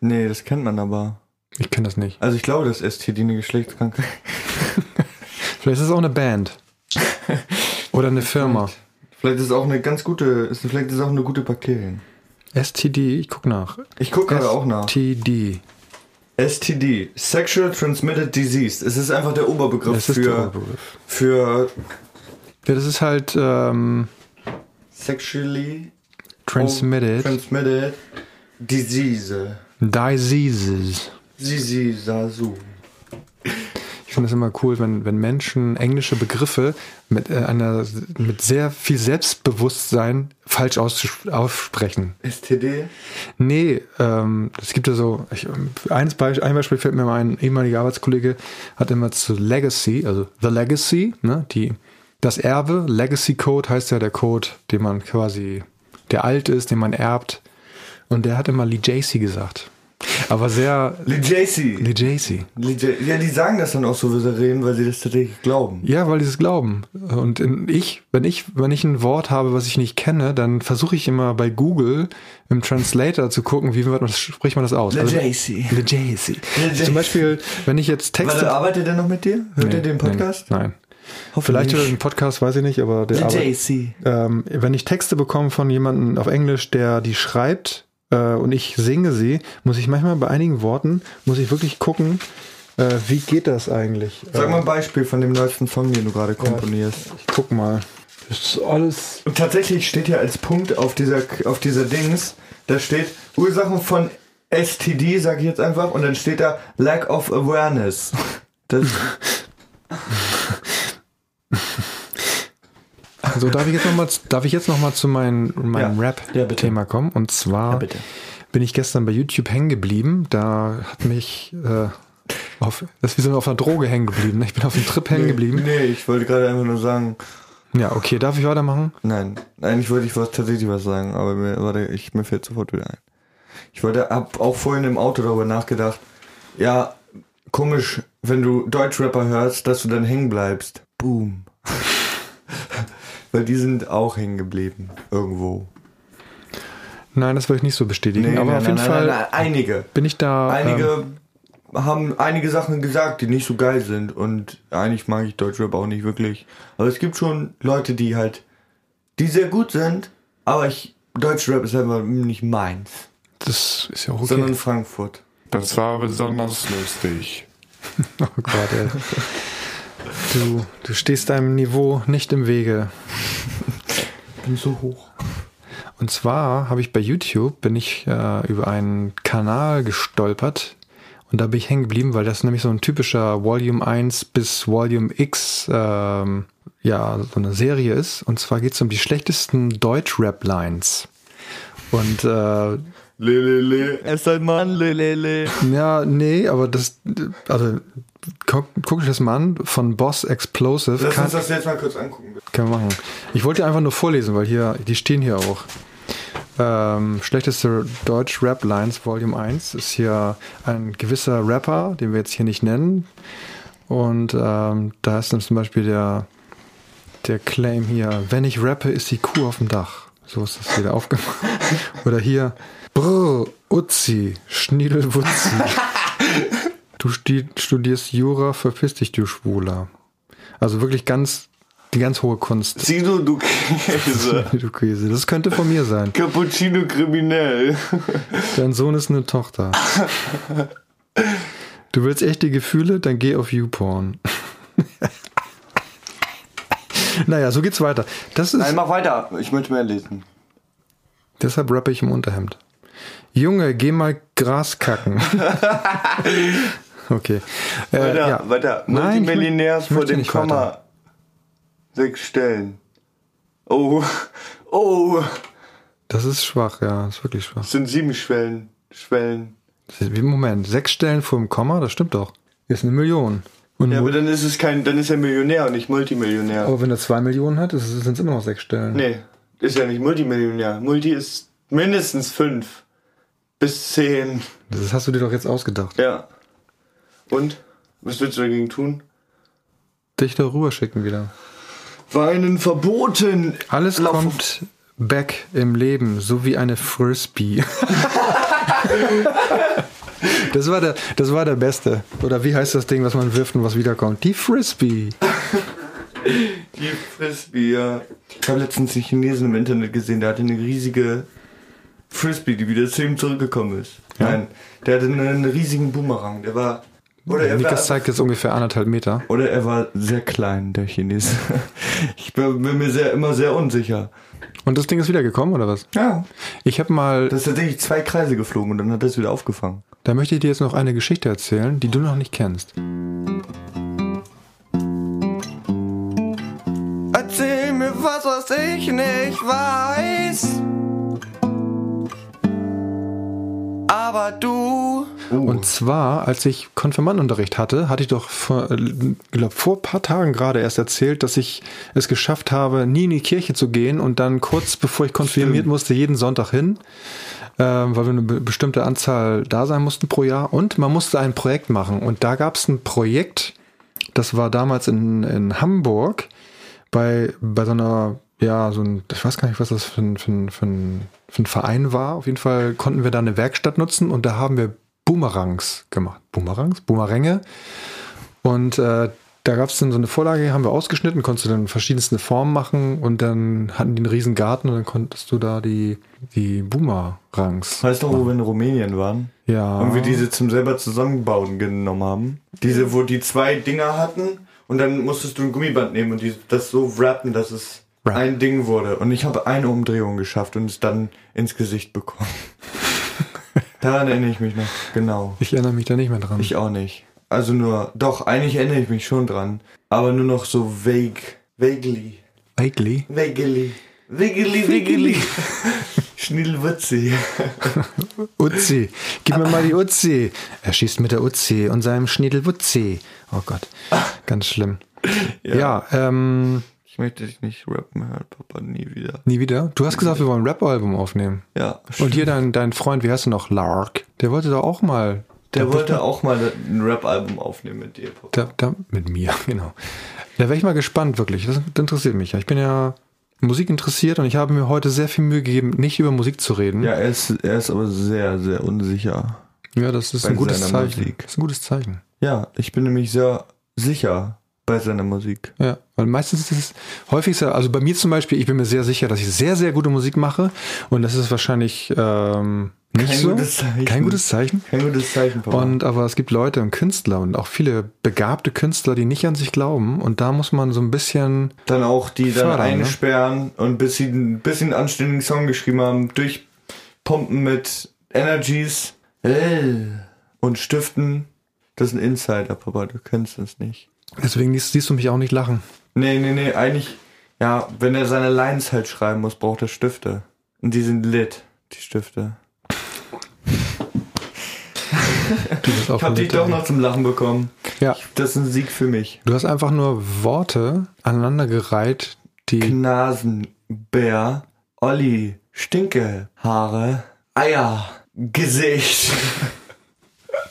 Speaker 1: Nee, das kennt man aber.
Speaker 4: Ich kenne das nicht.
Speaker 1: Also ich glaube, dass STD eine Geschlechtskrankheit
Speaker 4: Vielleicht ist es auch eine Band. Oder eine Firma.
Speaker 1: Vielleicht ist es auch eine ganz gute, ist, vielleicht ist es auch eine gute Bakterien.
Speaker 4: STD, ich guck nach.
Speaker 1: Ich gucke gerade auch nach.
Speaker 4: STD.
Speaker 1: STD, Sexual Transmitted Disease. Es ist einfach der Oberbegriff
Speaker 4: Es ist
Speaker 1: für,
Speaker 4: der Oberbegriff.
Speaker 1: für
Speaker 4: Ja, das ist halt ähm,
Speaker 1: sexually
Speaker 4: transmitted
Speaker 1: Oh, transmitted disease.
Speaker 4: diseases.
Speaker 1: Sisisasu.
Speaker 4: Ich finde das immer cool, wenn, wenn Menschen englische Begriffe mit äh, einer mit sehr viel Selbstbewusstsein falsch auszus- aussprechen.
Speaker 1: STD.
Speaker 4: Nee, ähm, es gibt ja so, ich, eins Beispiel, ein Beispiel fällt mir mal ein, ein ehemaliger Arbeitskollege hat immer zu Legacy, also The Legacy, ne, die, das Erbe, Legacy Code heißt ja der Code, den man quasi, der alt ist, den man erbt. Und der hat immer Lee JC gesagt. Aber sehr
Speaker 1: Lee
Speaker 4: Lee
Speaker 1: JC.
Speaker 4: JC.
Speaker 1: Lee J- Ja, die sagen das dann auch so souverän, weil sie das tatsächlich glauben.
Speaker 4: Ja, weil die es glauben. Und in, ich, wenn ich, wenn ich ein Wort habe, was ich nicht kenne, dann versuche ich immer bei Google im Translator zu gucken, wie wird man das, spricht man das aus. Also,
Speaker 1: Legacy.
Speaker 4: Legacy.
Speaker 1: Legacy.
Speaker 4: Zum Beispiel, wenn ich jetzt
Speaker 1: Warte,
Speaker 4: Texte.
Speaker 1: arbeitet er noch mit dir? Hört
Speaker 4: Nee,
Speaker 1: er den Podcast?
Speaker 4: Nein. nein.
Speaker 1: Hoffentlich.
Speaker 4: Vielleicht hört er den Podcast, weiß ich nicht, aber der arbeitet.
Speaker 1: JC.
Speaker 4: Ähm, wenn ich Texte bekomme von jemandem auf Englisch, der die schreibt äh, und ich singe sie, muss ich manchmal bei einigen Worten, muss ich wirklich gucken, äh, wie geht das eigentlich?
Speaker 1: Sag
Speaker 4: äh,
Speaker 1: mal ein Beispiel von dem neuesten Song, den du gerade komponierst.
Speaker 4: ich guck mal. Das ist alles
Speaker 1: Und tatsächlich steht hier als Punkt auf dieser, auf dieser Dings, da steht Ursachen von STD, sage ich jetzt einfach, und dann steht da Lack of Awareness. Das,
Speaker 4: Also darf ich jetzt nochmal darf ich jetzt noch mal zu meinem meinem
Speaker 1: Ja. Ja, bitte.
Speaker 4: Rap-Thema kommen und zwar
Speaker 1: bitte.
Speaker 4: bin ich gestern bei YouTube hängen geblieben. Da hat mich äh, auf das ist wie so auf einer Droge hängen geblieben. ne? Ich bin auf dem Trip hängen geblieben.
Speaker 1: nee, ich wollte gerade einfach nur sagen,
Speaker 4: Ja, okay, darf ich weitermachen?
Speaker 1: nein, eigentlich wollte ich was, tatsächlich was sagen, aber mir, warte, ich, mir fällt sofort wieder ein. Ich wollte, hab auch vorhin im Auto darüber nachgedacht, ja, komisch, wenn du Deutschrapper hörst, dass du dann hängen bleibst. Boom. <laughs> Weil die sind auch hängen geblieben, irgendwo.
Speaker 4: Nein, das will ich nicht so bestätigen. aber auf jeden Fall
Speaker 1: einige.
Speaker 4: bin ich da. Ähm,
Speaker 1: Einige haben einige Sachen gesagt, die nicht so geil sind. Und eigentlich mag ich Deutschrap auch nicht wirklich. Aber es gibt schon Leute, die halt, die sehr gut sind, aber ich, Deutschrap ist einfach nicht meins,
Speaker 4: das ist ja auch okay.
Speaker 1: sondern Frankfurt.
Speaker 8: Das war besonders lustig.
Speaker 4: Oh Gott, ey. Du, du stehst deinem Niveau nicht im Wege.
Speaker 1: Bin so hoch.
Speaker 4: Und zwar habe ich bei YouTube, bin ich äh, über einen Kanal gestolpert und da bin ich hängen geblieben, weil das nämlich so ein typischer Volume 1 bis Volume X, ähm, ja, so eine Serie ist. Und zwar geht es um die schlechtesten Deutsch-Rap-Lines. Und äh,
Speaker 1: Lelele. Er ist ein Mann, lelele.
Speaker 4: ja, nee, aber das, also guck, guck dich das mal an, von Boss Explosive.
Speaker 1: Lass
Speaker 4: kann-
Speaker 1: uns das jetzt mal kurz angucken. bitte.
Speaker 4: Können wir machen. Ich wollte einfach nur vorlesen, weil hier, die stehen hier auch. Ähm, schlechteste Deutsch Rap Lines Volume 1 ist hier ein gewisser Rapper, den wir jetzt hier nicht nennen. Und ähm, da ist dann zum Beispiel der, der Claim hier, wenn ich rappe, ist die Kuh auf dem Dach. So ist das wieder aufgemacht. <laughs> Oder hier, brr, Utzi, Schniedelwutzi. Du sti- studierst Jura, verpiss dich, du Schwuler. Also wirklich ganz, die ganz hohe Kunst.
Speaker 1: Sido, du
Speaker 4: <laughs>
Speaker 1: Käse.
Speaker 4: Du Käse. Das könnte von mir sein.
Speaker 1: Cappuccino kriminell.
Speaker 4: Dein Sohn ist eine Tochter. Du willst echte Gefühle? Dann geh auf YouPorn. <laughs> Naja, so geht's weiter. Das ist,
Speaker 1: Äh, mach weiter. Ich möchte mehr lesen.
Speaker 4: deshalb rappe ich im Unterhemd. Junge, geh mal
Speaker 1: <laughs>
Speaker 4: Gras kacken. Okay. Äh,
Speaker 1: Weiter,
Speaker 4: ja.
Speaker 1: weiter.
Speaker 4: Nein, ich mö-
Speaker 1: Multimillionärs
Speaker 4: ich
Speaker 1: vor
Speaker 4: möchte
Speaker 1: dem
Speaker 4: nicht
Speaker 1: Komma.
Speaker 4: weiter.
Speaker 1: Sechs Stellen. Oh, oh,
Speaker 4: Das ist schwach, ja. Ist wirklich schwach.
Speaker 1: es sind sieben Schwellen. Schwellen.
Speaker 4: Wie, Moment, sechs Stellen vor dem Komma? Das stimmt doch. Ist eine Million. Und
Speaker 1: Ja,
Speaker 4: nur-
Speaker 1: aber dann ist es kein, dann ist er Millionär und nicht Multimillionär.
Speaker 4: Aber wenn er zwei Millionen hat, sind es immer noch sechs Stellen.
Speaker 1: Nee, ist ja nicht Multimillionär. Multi ist mindestens fünf bis zehn.
Speaker 4: Das hast du dir doch jetzt ausgedacht.
Speaker 1: Ja. Und? Was willst du dagegen tun?
Speaker 4: Dich da rüber schicken wieder.
Speaker 1: Weinen verboten.
Speaker 4: Alles
Speaker 1: Lauf-
Speaker 4: kommt back im Leben, so wie eine Frisbee. <laughs> das, war der, das war der Beste. Oder wie heißt das Ding, was man wirft und was wiederkommt? Die Frisbee.
Speaker 1: Die Frisbee, ja. Ich habe letztens einen Chinesen im Internet gesehen, der hatte eine riesige Frisbee, die wieder zu ihm zurückgekommen ist. Nein, der hatte einen riesigen Boomerang. Der war. Oder er
Speaker 4: Nikas
Speaker 1: war,
Speaker 4: zeigt jetzt ungefähr anderthalb Meter.
Speaker 1: oder er war sehr klein, der Chines. <laughs> ich bin, bin mir sehr, immer sehr unsicher.
Speaker 4: Und das Ding ist wiedergekommen, oder was?
Speaker 1: Ja.
Speaker 4: Ich habe mal,
Speaker 1: Das ist tatsächlich zwei Kreise geflogen und dann hat er es wieder aufgefangen.
Speaker 4: da möchte ich dir jetzt noch eine Geschichte erzählen, die du noch nicht kennst.
Speaker 1: Erzähl mir was, was ich nicht weiß. Aber du.
Speaker 4: Und zwar, als ich Konfirmandunterricht hatte, hatte ich doch vor, äh, glaub, vor ein paar Tagen gerade erst erzählt, dass ich es geschafft habe, nie in die Kirche zu gehen und dann kurz bevor ich konfirmiert musste, jeden Sonntag hin, äh, weil wir eine be bestimmte Anzahl da sein mussten pro Jahr und man musste ein Projekt machen. Und da gab es ein Projekt, das war damals in, in Hamburg bei, bei so einer, ja, so ein, ich weiß gar nicht, was das für ein, für, ein, für, ein, für ein Verein war. Auf jeden Fall konnten wir da eine Werkstatt nutzen und da haben wir Boomerangs gemacht. Boomerangs? Boomeränge. Und äh, da gab es dann so eine Vorlage, die haben wir ausgeschnitten, konntest du dann verschiedenste Formen machen und dann hatten die einen riesen Garten und dann konntest du da die, die Boomerangs.
Speaker 1: Weißt du, wo wir in Rumänien waren?
Speaker 4: Ja.
Speaker 1: Und wir diese zum selber zusammenbauen genommen haben. Diese, wo die zwei Dinger hatten und dann musstest du ein Gummiband nehmen und die, das so wrappen, dass es
Speaker 4: Wrap.
Speaker 1: ein Ding wurde. Und ich habe eine Umdrehung geschafft und es dann ins Gesicht
Speaker 4: <laughs>
Speaker 1: bekommen. Daran erinnere ich mich noch. Genau.
Speaker 4: Ich erinnere mich da nicht mehr dran.
Speaker 1: Ich auch nicht. Also nur, doch, eigentlich erinnere ich mich schon dran. Aber nur noch so vague. Vaguely.
Speaker 4: Vaguely.
Speaker 1: Vaguely. Wiggly, <laughs> wiggly. Schnillwitzi.
Speaker 4: Uzi. Gib mir mal die Uzi. Er schießt mit der Uzi und seinem Schniedelwutzi. Oh Gott. Ganz schlimm. Ja, ähm,
Speaker 1: Ich möchte dich nicht rappen hören, Papa, nie wieder.
Speaker 4: nie wieder. Du hast gesagt, wir wollen ein Rap-Album aufnehmen.
Speaker 1: Ja.
Speaker 4: Und hier dein, dein Freund, wie heißt du noch? Lark. Der wollte doch auch mal.
Speaker 1: Der wollte auch mal ein Rap-Album aufnehmen mit dir. Papa.
Speaker 4: Da, da, mit mir, <laughs> genau. Da wäre ich mal gespannt, wirklich. Das interessiert mich ja. Ich bin ja Musik interessiert und ich habe mir heute sehr viel Mühe gegeben, nicht über Musik zu reden.
Speaker 1: Ja, er ist, er ist aber sehr, sehr unsicher.
Speaker 4: Ja, das ist
Speaker 1: Bei
Speaker 4: ein gutes
Speaker 1: seiner
Speaker 4: Zeichen.
Speaker 1: Musik.
Speaker 4: Das ist ein gutes Zeichen.
Speaker 1: Ja, ich bin nämlich sehr sicher bei seiner Musik.
Speaker 4: Ja, weil meistens ist es häufig ist ja, also bei mir zum Beispiel, ich bin mir sehr sicher, dass ich sehr, sehr gute Musik mache und das ist wahrscheinlich ähm, nicht
Speaker 1: Kein
Speaker 4: so.
Speaker 1: gutes Zeichen.
Speaker 4: Kein gutes Zeichen.
Speaker 1: Kein gutes Zeichen, Papa.
Speaker 4: Und aber es gibt Leute und Künstler und auch viele begabte Künstler, die nicht an sich glauben und da muss man so ein bisschen
Speaker 1: dann auch die dann
Speaker 4: Fördern, ne?
Speaker 1: einsperren und bis sie ein bisschen anständigen Song geschrieben haben, durchpumpen mit Energies äh, und Stiften. Das ist ein Insider, Papa, du kennst es nicht.
Speaker 4: deswegen siehst, siehst du mich auch nicht lachen.
Speaker 1: Nee, nee, nee, eigentlich, ja, wenn er seine Lines halt schreiben muss, braucht er Stifte. Und die sind lit, die Stifte.
Speaker 4: Du bist auch
Speaker 1: Ich hab dich doch noch zum Lachen bekommen.
Speaker 4: ja,
Speaker 1: Das ist ein Sieg für mich.
Speaker 4: du hast einfach nur Worte aneinandergereiht, die
Speaker 1: Nasenbär, Olli, Stinke, Haare, Eier, Gesicht.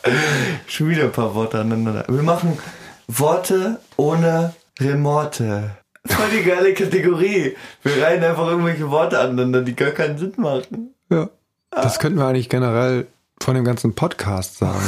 Speaker 1: <laughs> Schon wieder ein paar Worte aneinander. Wir machen Worte ohne Remorte. Voll die geile Kategorie. Wir reihen einfach irgendwelche Worte aneinander, die gar keinen Sinn machen.
Speaker 4: ja, das könnten wir eigentlich generell von dem ganzen Podcast sagen.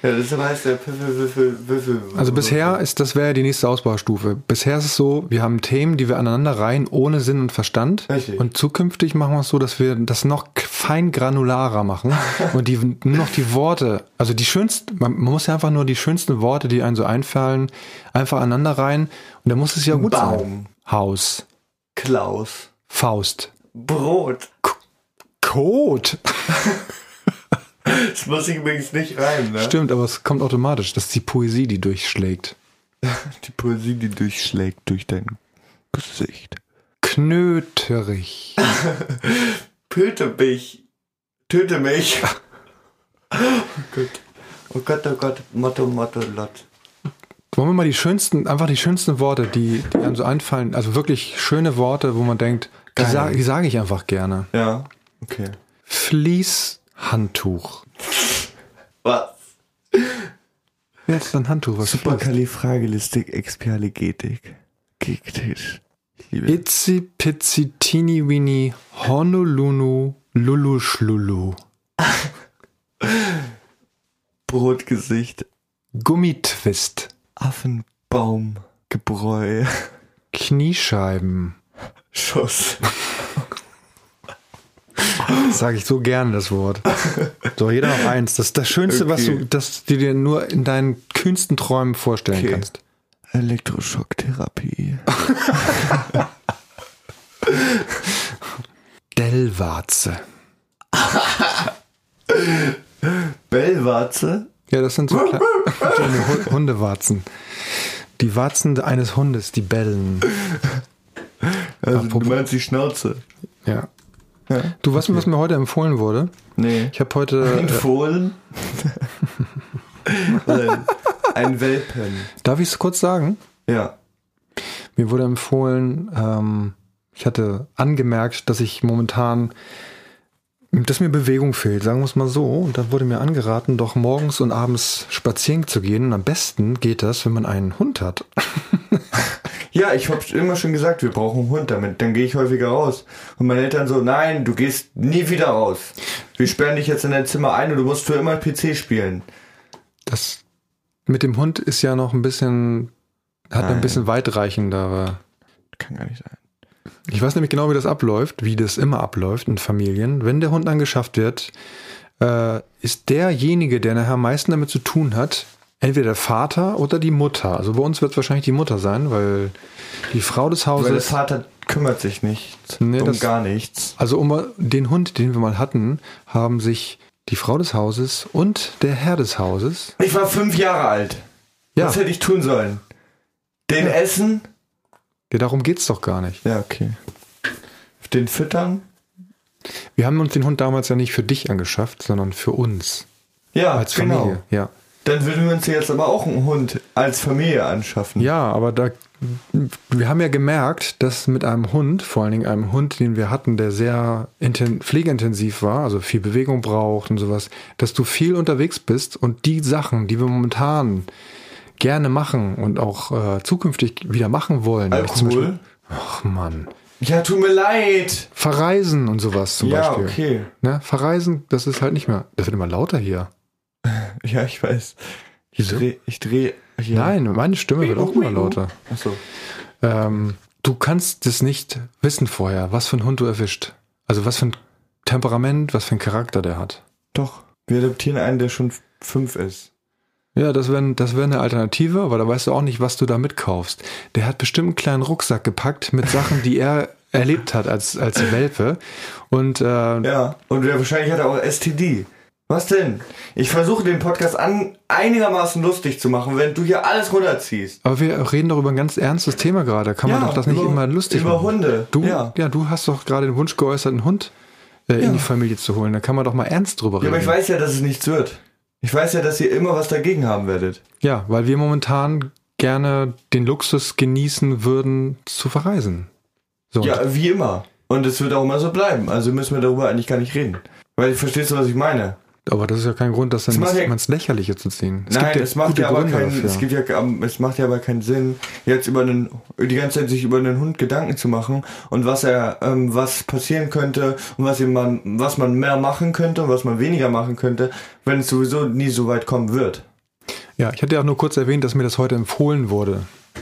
Speaker 1: Ja, das heißt der Piffel, Wiffel, Wiffel.
Speaker 4: Also bisher ist, das wäre die nächste Ausbaustufe. Bisher ist es so, wir haben Themen, die wir aneinander reihen, ohne Sinn und Verstand.
Speaker 1: Richtig.
Speaker 4: Und zukünftig machen wir es so, dass wir das noch k- fein granularer
Speaker 1: <laughs>
Speaker 4: machen und die, nur noch die Worte, also die schönsten, man, man muss ja einfach nur die schönsten Worte, die einem so einfallen, einfach aneinander reihen und dann muss es ja gut
Speaker 1: Baum.
Speaker 4: sein. Haus,
Speaker 1: Klaus.
Speaker 4: Faust,
Speaker 1: Brot.
Speaker 4: Code.
Speaker 1: Das muss ich übrigens nicht reimen, ne?
Speaker 4: Stimmt, aber es kommt automatisch. Das ist die Poesie, die durchschlägt.
Speaker 1: Die Poesie, die durchschlägt durch dein Gesicht.
Speaker 4: Knöterich.
Speaker 1: Töte mich. Töte mich. <laughs> Oh Gott. Oh Gott, oh Gott. Motto, Motto, Lot.
Speaker 4: Wollen wir mal die schönsten, einfach die schönsten Worte, die, die einem so einfallen, also wirklich schöne Worte, wo man denkt, die,
Speaker 1: Geil.
Speaker 4: sa die sage ich einfach gerne.
Speaker 1: Ja. Okay.
Speaker 4: Fließhandtuch.
Speaker 1: Was?
Speaker 4: Ja, das ist ein Handtuch, was fließt.
Speaker 1: Superkalifragilistik, Expialigetik. Gegtisch. Ich liebe es.
Speaker 4: Itzi pitzi tini wini honolulu lulu schlulu.
Speaker 1: Brotgesicht.
Speaker 4: Gummitwist.
Speaker 1: Affenbaum. Gebräu. <laughs>
Speaker 4: Kniescheiben.
Speaker 1: Schuss.
Speaker 4: Das sage ich so gerne, das Wort. So, jeder noch eins. Das ist das Schönste, was
Speaker 1: Okay.
Speaker 4: du, das du dir nur in deinen kühnsten Träumen vorstellen
Speaker 1: Okay.
Speaker 4: kannst.
Speaker 1: Elektroschocktherapie.
Speaker 4: Dellwarze.
Speaker 1: Bellwarze?
Speaker 4: Ja, das sind so kleine, <laughs> kleine Hu- Hundewarzen. Die Warzen eines Hundes, die bellen.
Speaker 1: Also, du
Speaker 4: Apropos-
Speaker 1: meinst die Schnauze?
Speaker 4: Ja. Du weißt, was mir heute empfohlen wurde?
Speaker 1: Nee.
Speaker 4: Ich habe heute.
Speaker 1: Ein
Speaker 4: Äh, <laughs>
Speaker 1: Fohlen? Nein, ein Welpen.
Speaker 4: darf ich es kurz sagen?
Speaker 1: Ja.
Speaker 4: Mir wurde empfohlen, ähm, ich hatte angemerkt, dass ich momentan, dass mir Bewegung fehlt, sagen wir es mal so. Und dann wurde mir angeraten, doch morgens und abends spazieren zu gehen. Und am besten geht das, wenn man einen Hund hat.
Speaker 1: Ja, ich hab's immer schon gesagt, wir brauchen einen Hund damit. Dann gehe ich häufiger raus. Und meine Eltern so, nein, du gehst nie wieder raus. Wir sperren dich jetzt in dein Zimmer ein und du musst für immer PC spielen.
Speaker 4: Das mit dem Hund ist ja noch ein bisschen, hat ein bisschen weitreichendere.
Speaker 1: Kann gar nicht sein.
Speaker 4: Ich weiß nämlich genau, wie das abläuft, wie das immer abläuft in Familien. Wenn der Hund angeschafft wird, äh, ist derjenige, der nachher am meisten damit zu tun hat, entweder der Vater oder die Mutter. Also bei uns wird es wahrscheinlich die Mutter sein, weil die Frau des
Speaker 1: Weil der
Speaker 4: Hauses.
Speaker 1: Vater kümmert sich nicht
Speaker 4: Also Nee,
Speaker 1: um
Speaker 4: das-
Speaker 1: gar nichts.
Speaker 4: Also um den Hund, den wir mal hatten, haben sich die Frau des Hauses und der Herr des Hauses.
Speaker 1: Ich war fünf Jahre alt.
Speaker 4: Ja,
Speaker 1: Was hätte ich tun sollen? Den essen?
Speaker 4: ja darum geht's doch gar nicht.
Speaker 1: Ja, okay. Den füttern?
Speaker 4: Wir haben uns den Hund damals ja nicht für dich angeschafft, sondern für uns
Speaker 1: Ja,
Speaker 4: als
Speaker 1: genau.
Speaker 4: Familie. Ja.
Speaker 1: Dann würden wir uns jetzt aber auch einen Hund als Familie anschaffen.
Speaker 4: Ja, aber da, wir haben ja gemerkt, dass mit einem Hund, vor allen Dingen einem Hund, den wir hatten, der sehr inten, pflegeintensiv war, also viel Bewegung braucht und sowas, dass du viel unterwegs bist und die Sachen, die wir momentan gerne machen und auch äh, zukünftig wieder machen wollen. nämlich zum
Speaker 1: Alkohol?
Speaker 4: Beispiel- Ach Mann.
Speaker 1: Ja, tut mir leid.
Speaker 4: Verreisen und sowas zum
Speaker 1: Ja,
Speaker 4: Beispiel.
Speaker 1: okay.
Speaker 4: Ne? Verreisen, das ist halt nicht mehr. Das wird immer lauter hier.
Speaker 1: Ja, ich weiß. Ich
Speaker 4: Wieso?
Speaker 1: drehe. Ich dreh, ja. oh
Speaker 4: Nein, meine Stimme wird auch immer lauter.
Speaker 1: Achso.
Speaker 4: Ähm, du kannst es nicht wissen vorher, was für einen Hund du erwischt. Also was für ein Temperament, was für einen Charakter der hat.
Speaker 1: Doch. Wir adoptieren einen, der schon f- fünf ist.
Speaker 4: Ja, das wäre das wär eine Alternative, aber da weißt du auch nicht, was du da mitkaufst. Der hat bestimmt einen kleinen Rucksack gepackt mit Sachen, die er <laughs> erlebt hat als, als Welpe. Und äh,
Speaker 1: Ja. Und der, wahrscheinlich hat er auch STD. Was denn? Ich versuche den Podcast an, einigermaßen lustig zu machen, wenn du hier alles runterziehst.
Speaker 4: aber wir reden doch über ein ganz ernstes Thema gerade. Kann man
Speaker 1: Ja,
Speaker 4: doch das nicht
Speaker 1: über-
Speaker 4: immer lustig
Speaker 1: über
Speaker 4: machen.
Speaker 1: Hunde,
Speaker 4: Du,
Speaker 1: ja.
Speaker 4: ja. du hast doch gerade den Wunsch geäußert, einen Hund äh,
Speaker 1: Ja.
Speaker 4: in die Familie zu holen. Da kann man doch mal ernst drüber
Speaker 1: Ja,
Speaker 4: reden.
Speaker 1: aber ich weiß ja, dass es nichts wird. Ich weiß ja, dass ihr immer was dagegen haben werdet.
Speaker 4: Ja, weil wir momentan gerne den Luxus genießen würden, zu verreisen. So, und
Speaker 1: Ja, wie immer. Und es wird auch immer so bleiben. Also müssen wir darüber eigentlich gar nicht reden. Weil verstehst du, was ich meine?
Speaker 4: aber das ist ja kein Grund, das dann
Speaker 1: Es macht ja-
Speaker 4: ins- ins Lächerliche zu ziehen.
Speaker 1: Nein, es macht
Speaker 4: gute
Speaker 1: ja aber
Speaker 4: Gründe
Speaker 1: keinen,
Speaker 4: dafür.
Speaker 1: es gibt ja, ähm, es macht ja aber keinen Sinn, jetzt über einen, die ganze Zeit sich über einen Hund Gedanken zu machen und was er, ähm, was passieren könnte und was ihm man, was man mehr machen könnte und was man weniger machen könnte, wenn es sowieso nie so weit kommen wird.
Speaker 4: Ja, ich hatte ja auch nur kurz erwähnt, dass mir das heute empfohlen wurde.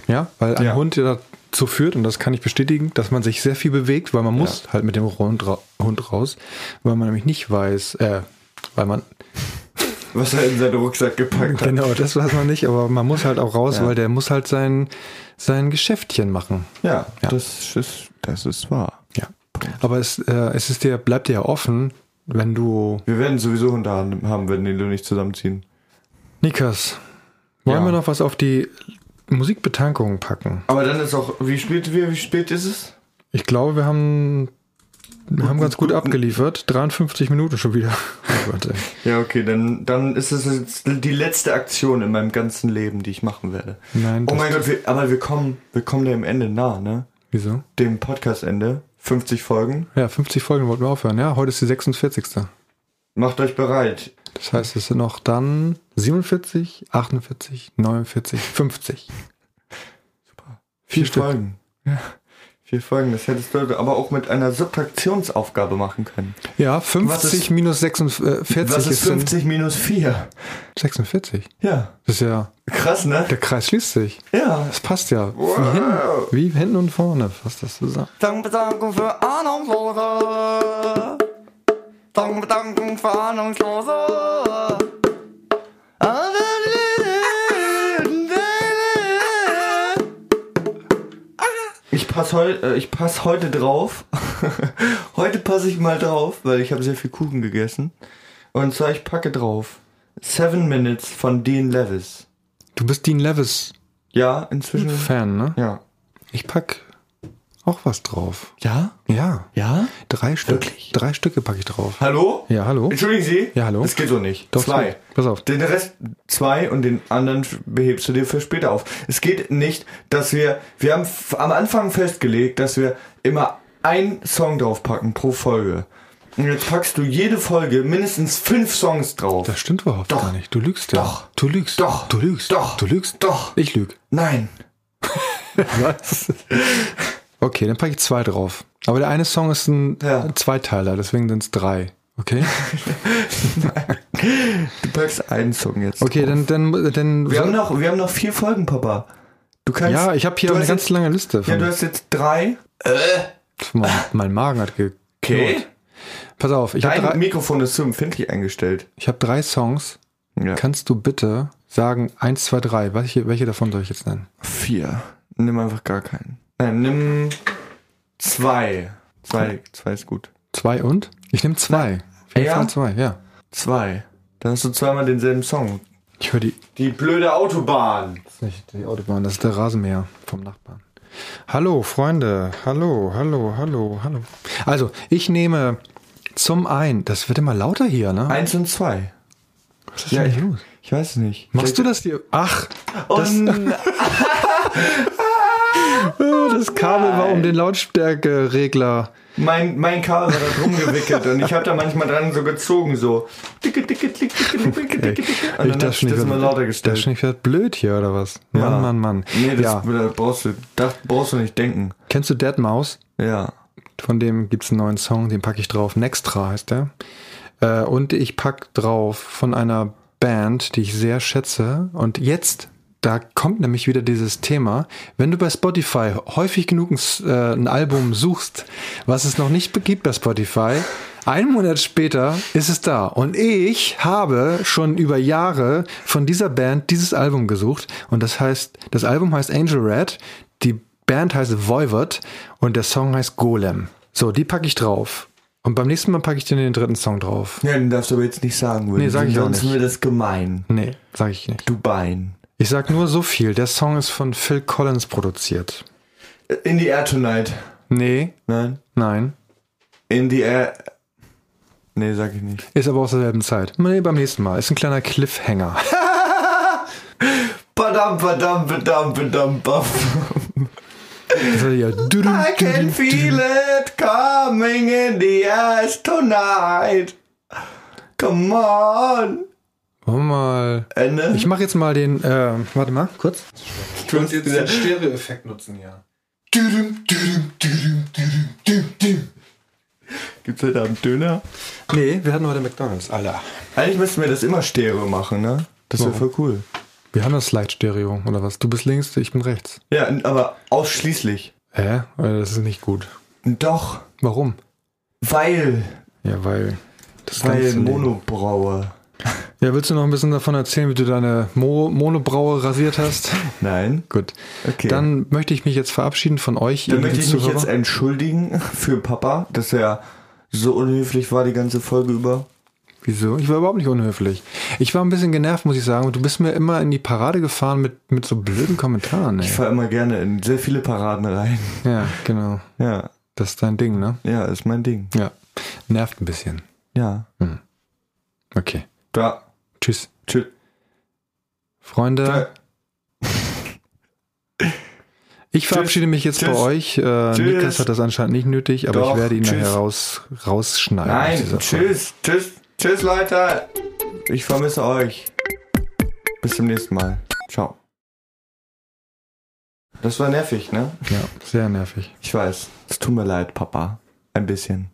Speaker 4: Ja, weil ein
Speaker 1: Ja.
Speaker 4: Hund ja dazu führt, und das kann ich bestätigen, dass man sich sehr viel bewegt, weil man muss halt mit dem Hund, ra Hund raus, weil man nämlich nicht weiß, äh,
Speaker 1: <laughs>
Speaker 4: weil man,
Speaker 1: Was er in seinen Rucksack gepackt hat.
Speaker 4: genau, das weiß man nicht, aber man muss halt auch raus, weil der muss halt sein, sein Geschäftchen machen.
Speaker 1: Ja,
Speaker 4: Ja.
Speaker 1: das ist, das ist wahr.
Speaker 4: Ja. Aber es, äh, es ist dir, bleibt dir ja offen, wenn du.
Speaker 1: Wir werden sowieso Hunde haben, haben, wenn die du nicht zusammenziehen.
Speaker 4: Nikas, wollen
Speaker 1: Ja.
Speaker 4: wir noch was auf die Musikbetankung packen?
Speaker 1: Aber dann ist auch, wie spät, wie, wie spät ist es?
Speaker 4: Ich glaube, wir haben, wir haben ganz gut abgeliefert. 53 Minuten
Speaker 1: <laughs>
Speaker 4: schon wieder. Oh Gott, ey.
Speaker 1: Ja, okay, dann, dann ist es jetzt die letzte Aktion in meinem ganzen Leben, die ich machen werde.
Speaker 4: Nein,
Speaker 1: Oh
Speaker 4: das-
Speaker 1: mein Gott, wir, aber wir kommen, wir kommen dem Ende nah, ne?
Speaker 4: Wieso?
Speaker 1: Dem Podcast-Ende. 50 Folgen.
Speaker 4: Ja, 50 Folgen wollten wir aufhören. Ja, heute ist die 46.
Speaker 1: Macht euch bereit.
Speaker 4: Das heißt, es sind noch dann 47, 48, 49, 50.
Speaker 1: Vier
Speaker 4: Stück.
Speaker 1: Folgen. Ja. Vier Folgen. Das hättest du aber auch mit einer Subtraktionsaufgabe machen können.
Speaker 4: Ja,
Speaker 1: Was
Speaker 4: 50
Speaker 1: ist-
Speaker 4: minus 46
Speaker 1: Was ist
Speaker 4: dann
Speaker 1: 50 minus 4?
Speaker 4: 46.
Speaker 1: Ja.
Speaker 4: Das ist ja,
Speaker 1: Krass, ne?
Speaker 4: der Kreis schließt sich.
Speaker 1: Ja.
Speaker 4: Das passt ja. Wie, hinten, wie hinten und vorne passt das zusammen.
Speaker 1: Danke, danke für Ahnungslose. Doch Gedanken verhandlungsloser. Ich passe heu äh, ich pass heute drauf. <laughs> heute passe ich mal drauf, weil ich habe sehr viel Kuchen gegessen. Und zwar, ich packe drauf. Seven Minutes von Dean Levis.
Speaker 4: Du bist Dean Levis
Speaker 1: Ja, inzwischen.
Speaker 4: Fan, ne?
Speaker 1: Ja.
Speaker 4: Ich pack auch was drauf.
Speaker 1: Ja?
Speaker 4: Ja.
Speaker 1: Ja?
Speaker 4: Drei Stück.
Speaker 1: Wirklich?
Speaker 4: Drei Stücke packe ich drauf.
Speaker 1: Hallo?
Speaker 4: Ja, hallo.
Speaker 1: Entschuldigen Sie?
Speaker 4: Ja, hallo.
Speaker 1: Das geht so nicht.
Speaker 4: Doch,
Speaker 1: zwei.
Speaker 4: zwei. Pass auf.
Speaker 1: Den Rest zwei und den anderen behebst du dir für später auf. Es geht nicht, dass wir, wir haben f- am Anfang festgelegt, dass wir immer einen Song draufpacken pro Folge. Und jetzt packst du jede Folge mindestens fünf Songs drauf.
Speaker 4: Das stimmt überhaupt
Speaker 1: Doch.
Speaker 4: gar nicht. Du lügst ja.
Speaker 1: Doch.
Speaker 4: Du lügst.
Speaker 1: Doch.
Speaker 4: Du lügst.
Speaker 1: Doch.
Speaker 4: Du lügst.
Speaker 1: Doch.
Speaker 4: Ich lüg.
Speaker 1: Nein.
Speaker 4: Was? Okay, dann packe ich zwei drauf. Aber der eine Song ist ein
Speaker 1: Ja.
Speaker 4: Zweiteiler, deswegen sind es drei. Okay?
Speaker 1: Du packst einen Song jetzt.
Speaker 4: Okay, dann, dann, dann.
Speaker 1: Wir haben noch, wir haben noch vier Folgen, Papa. Du kannst.
Speaker 4: ja, ich habe hier
Speaker 1: du
Speaker 4: eine
Speaker 1: hast
Speaker 4: ganz
Speaker 1: jetzt,
Speaker 4: lange Liste.
Speaker 1: Ja,
Speaker 4: Von,
Speaker 1: du hast jetzt drei.
Speaker 4: mein, mein Magen hat geknurrt.
Speaker 1: Okay.
Speaker 4: Pass auf, ich habe
Speaker 1: Dein
Speaker 4: drei,
Speaker 1: Mikrofon ist zu empfindlich eingestellt.
Speaker 4: ich hab drei Songs.
Speaker 1: Ja.
Speaker 4: Kannst du bitte sagen, eins, zwei, drei, welche, welche davon soll ich jetzt nennen?
Speaker 1: Vier. Nimm einfach gar keinen. Nein, nimm zwei. Zwei, zwei ist gut.
Speaker 4: Zwei und? Ich nehme zwei. Auf jeden
Speaker 1: Ja?
Speaker 4: Fall zwei, ja.
Speaker 1: Zwei. Dann hast du zweimal denselben Song.
Speaker 4: Ich höre die,
Speaker 1: Die blöde Autobahn.
Speaker 4: das ist nicht die Autobahn, das ist der Rasenmäher vom Nachbarn. Hallo, Freunde. Hallo, hallo, hallo, hallo. Also, ich nehme zum einen, das wird immer lauter hier, ne?
Speaker 1: Eins und zwei.
Speaker 4: Was ist
Speaker 1: Ja,
Speaker 4: denn
Speaker 1: ich,
Speaker 4: los?
Speaker 1: ich weiß nicht.
Speaker 4: Machst du das dir? Ach, das, <laughs>
Speaker 1: Und
Speaker 4: Ah, das Kabel war um den Lautstärkeregler.
Speaker 1: mein, mein Kabel war da drum gewickelt und ich habe da manchmal dran so gezogen, so. Dicke, dicke, dicke, dicke, dicke, dicke, dicke, dicke. Und dann hab ich das immer lauter
Speaker 4: Das ist
Speaker 1: gestellt.
Speaker 4: nicht wieder blöd hier, oder was? Mann,
Speaker 1: Ja.
Speaker 4: Mann, Mann.
Speaker 1: Nee, das,
Speaker 4: ja.
Speaker 1: da brauchst du, das brauchst du nicht denken.
Speaker 4: Kennst du Deadmaus?
Speaker 1: Ja.
Speaker 4: Von dem gibt's einen neuen Song, den packe ich drauf. Nextra heißt der. Äh, und ich pack drauf von einer Band, die ich sehr schätze. Und jetzt, da kommt nämlich wieder dieses Thema, wenn du bei Spotify häufig genug ein, S- äh, ein Album suchst, was es noch nicht gibt bei Spotify, einen Monat später ist es da. Und ich habe schon über Jahre von dieser Band dieses Album gesucht. Und das heißt, das Album heißt Angel Red. Die Band heißt Voivod und der Song heißt Golem. So, die packe ich drauf. Und beim nächsten Mal packe ich dir den dritten Song drauf.
Speaker 1: Ja, den darfst du aber jetzt nicht sagen, Will.
Speaker 4: Nee, sag ich auch
Speaker 1: Sonst
Speaker 4: nicht.
Speaker 1: wird das gemein.
Speaker 4: Nee, sag ich nicht.
Speaker 1: Du Bein.
Speaker 4: Ich sag nur so viel. Der Song ist von Phil Collins produziert.
Speaker 1: In the Air Tonight.
Speaker 4: Nee,
Speaker 1: Nein.
Speaker 4: nein.
Speaker 1: In the Air. Nee, sag ich nicht.
Speaker 4: Ist aber aus derselben Zeit. Nee, beim nächsten Mal. Ist ein
Speaker 1: <laughs>
Speaker 4: kleiner Cliffhanger.
Speaker 1: Badam, badam, badam, badam, bam.
Speaker 4: Also, ja. du- du-
Speaker 1: I can feel it coming in the ass tonight. Come on.
Speaker 4: Wollen wir mal.
Speaker 1: Ende.
Speaker 4: Ich mach jetzt mal den. Äh, warte mal, kurz.
Speaker 1: du hast jetzt den
Speaker 4: Stereo-Effekt nutzen, ja.
Speaker 1: Gibt's heute Abend Döner?
Speaker 4: Nee, wir hatten heute McDonalds. Alter.
Speaker 1: Eigentlich müssten wir das immer Stereo machen, ne? Das wäre voll cool.
Speaker 4: Wir haben das Slide-Stereo, oder was? Du bist links, ich bin rechts.
Speaker 1: Ja, aber ausschließlich.
Speaker 4: Hä? Äh, Das ist nicht gut.
Speaker 1: Doch,
Speaker 4: Warum?
Speaker 1: weil,
Speaker 4: Ja, weil. Das
Speaker 1: weil
Speaker 4: ganze Leben-
Speaker 1: Monobrauer.
Speaker 4: Ja, willst du noch ein bisschen davon erzählen, wie du deine Mo Monobraue
Speaker 1: <laughs>
Speaker 4: rasiert hast?
Speaker 1: Nein.
Speaker 4: Gut.
Speaker 1: Okay.
Speaker 4: Dann möchte ich mich jetzt verabschieden von euch. ihr
Speaker 1: Dann möchte
Speaker 4: lieben
Speaker 1: ich mich
Speaker 4: Zuhörer.
Speaker 1: jetzt entschuldigen <laughs> für Papa, dass er so unhöflich war die ganze Folge über.
Speaker 4: Wieso? Ich war überhaupt nicht unhöflich. Ich war ein bisschen genervt, muss ich sagen. Und du bist mir immer in die Parade gefahren mit, mit so blöden Kommentaren. Ey.
Speaker 1: Ich fahre immer gerne in sehr viele Paraden rein. <laughs>
Speaker 4: Ja, genau.
Speaker 1: Ja,
Speaker 4: Das ist dein Ding, ne?
Speaker 1: ja, ist mein Ding.
Speaker 4: Ja. Nervt ein bisschen.
Speaker 1: Ja.
Speaker 4: Okay.
Speaker 1: Da.
Speaker 4: Tschüss.
Speaker 1: Tschüss.
Speaker 4: Freunde.
Speaker 1: Da.
Speaker 4: Ich verabschiede mich jetzt bei
Speaker 1: Tschüss.
Speaker 4: euch. Äh,
Speaker 1: Tschüss.
Speaker 4: Niklas hat das anscheinend nicht nötig, aber
Speaker 1: Doch.
Speaker 4: ich werde ihn
Speaker 1: Tschüss.
Speaker 4: nachher raus, rausschneiden. aus
Speaker 1: Nein,
Speaker 4: dieser Folge.
Speaker 1: tschüss, tschüss, tschüss, Leute. Ich vermisse euch. Bis zum nächsten Mal. Ciao. Das war nervig, ne?
Speaker 4: Ja, sehr nervig.
Speaker 1: Ich weiß. Es tut mir leid, Papa. Ein bisschen.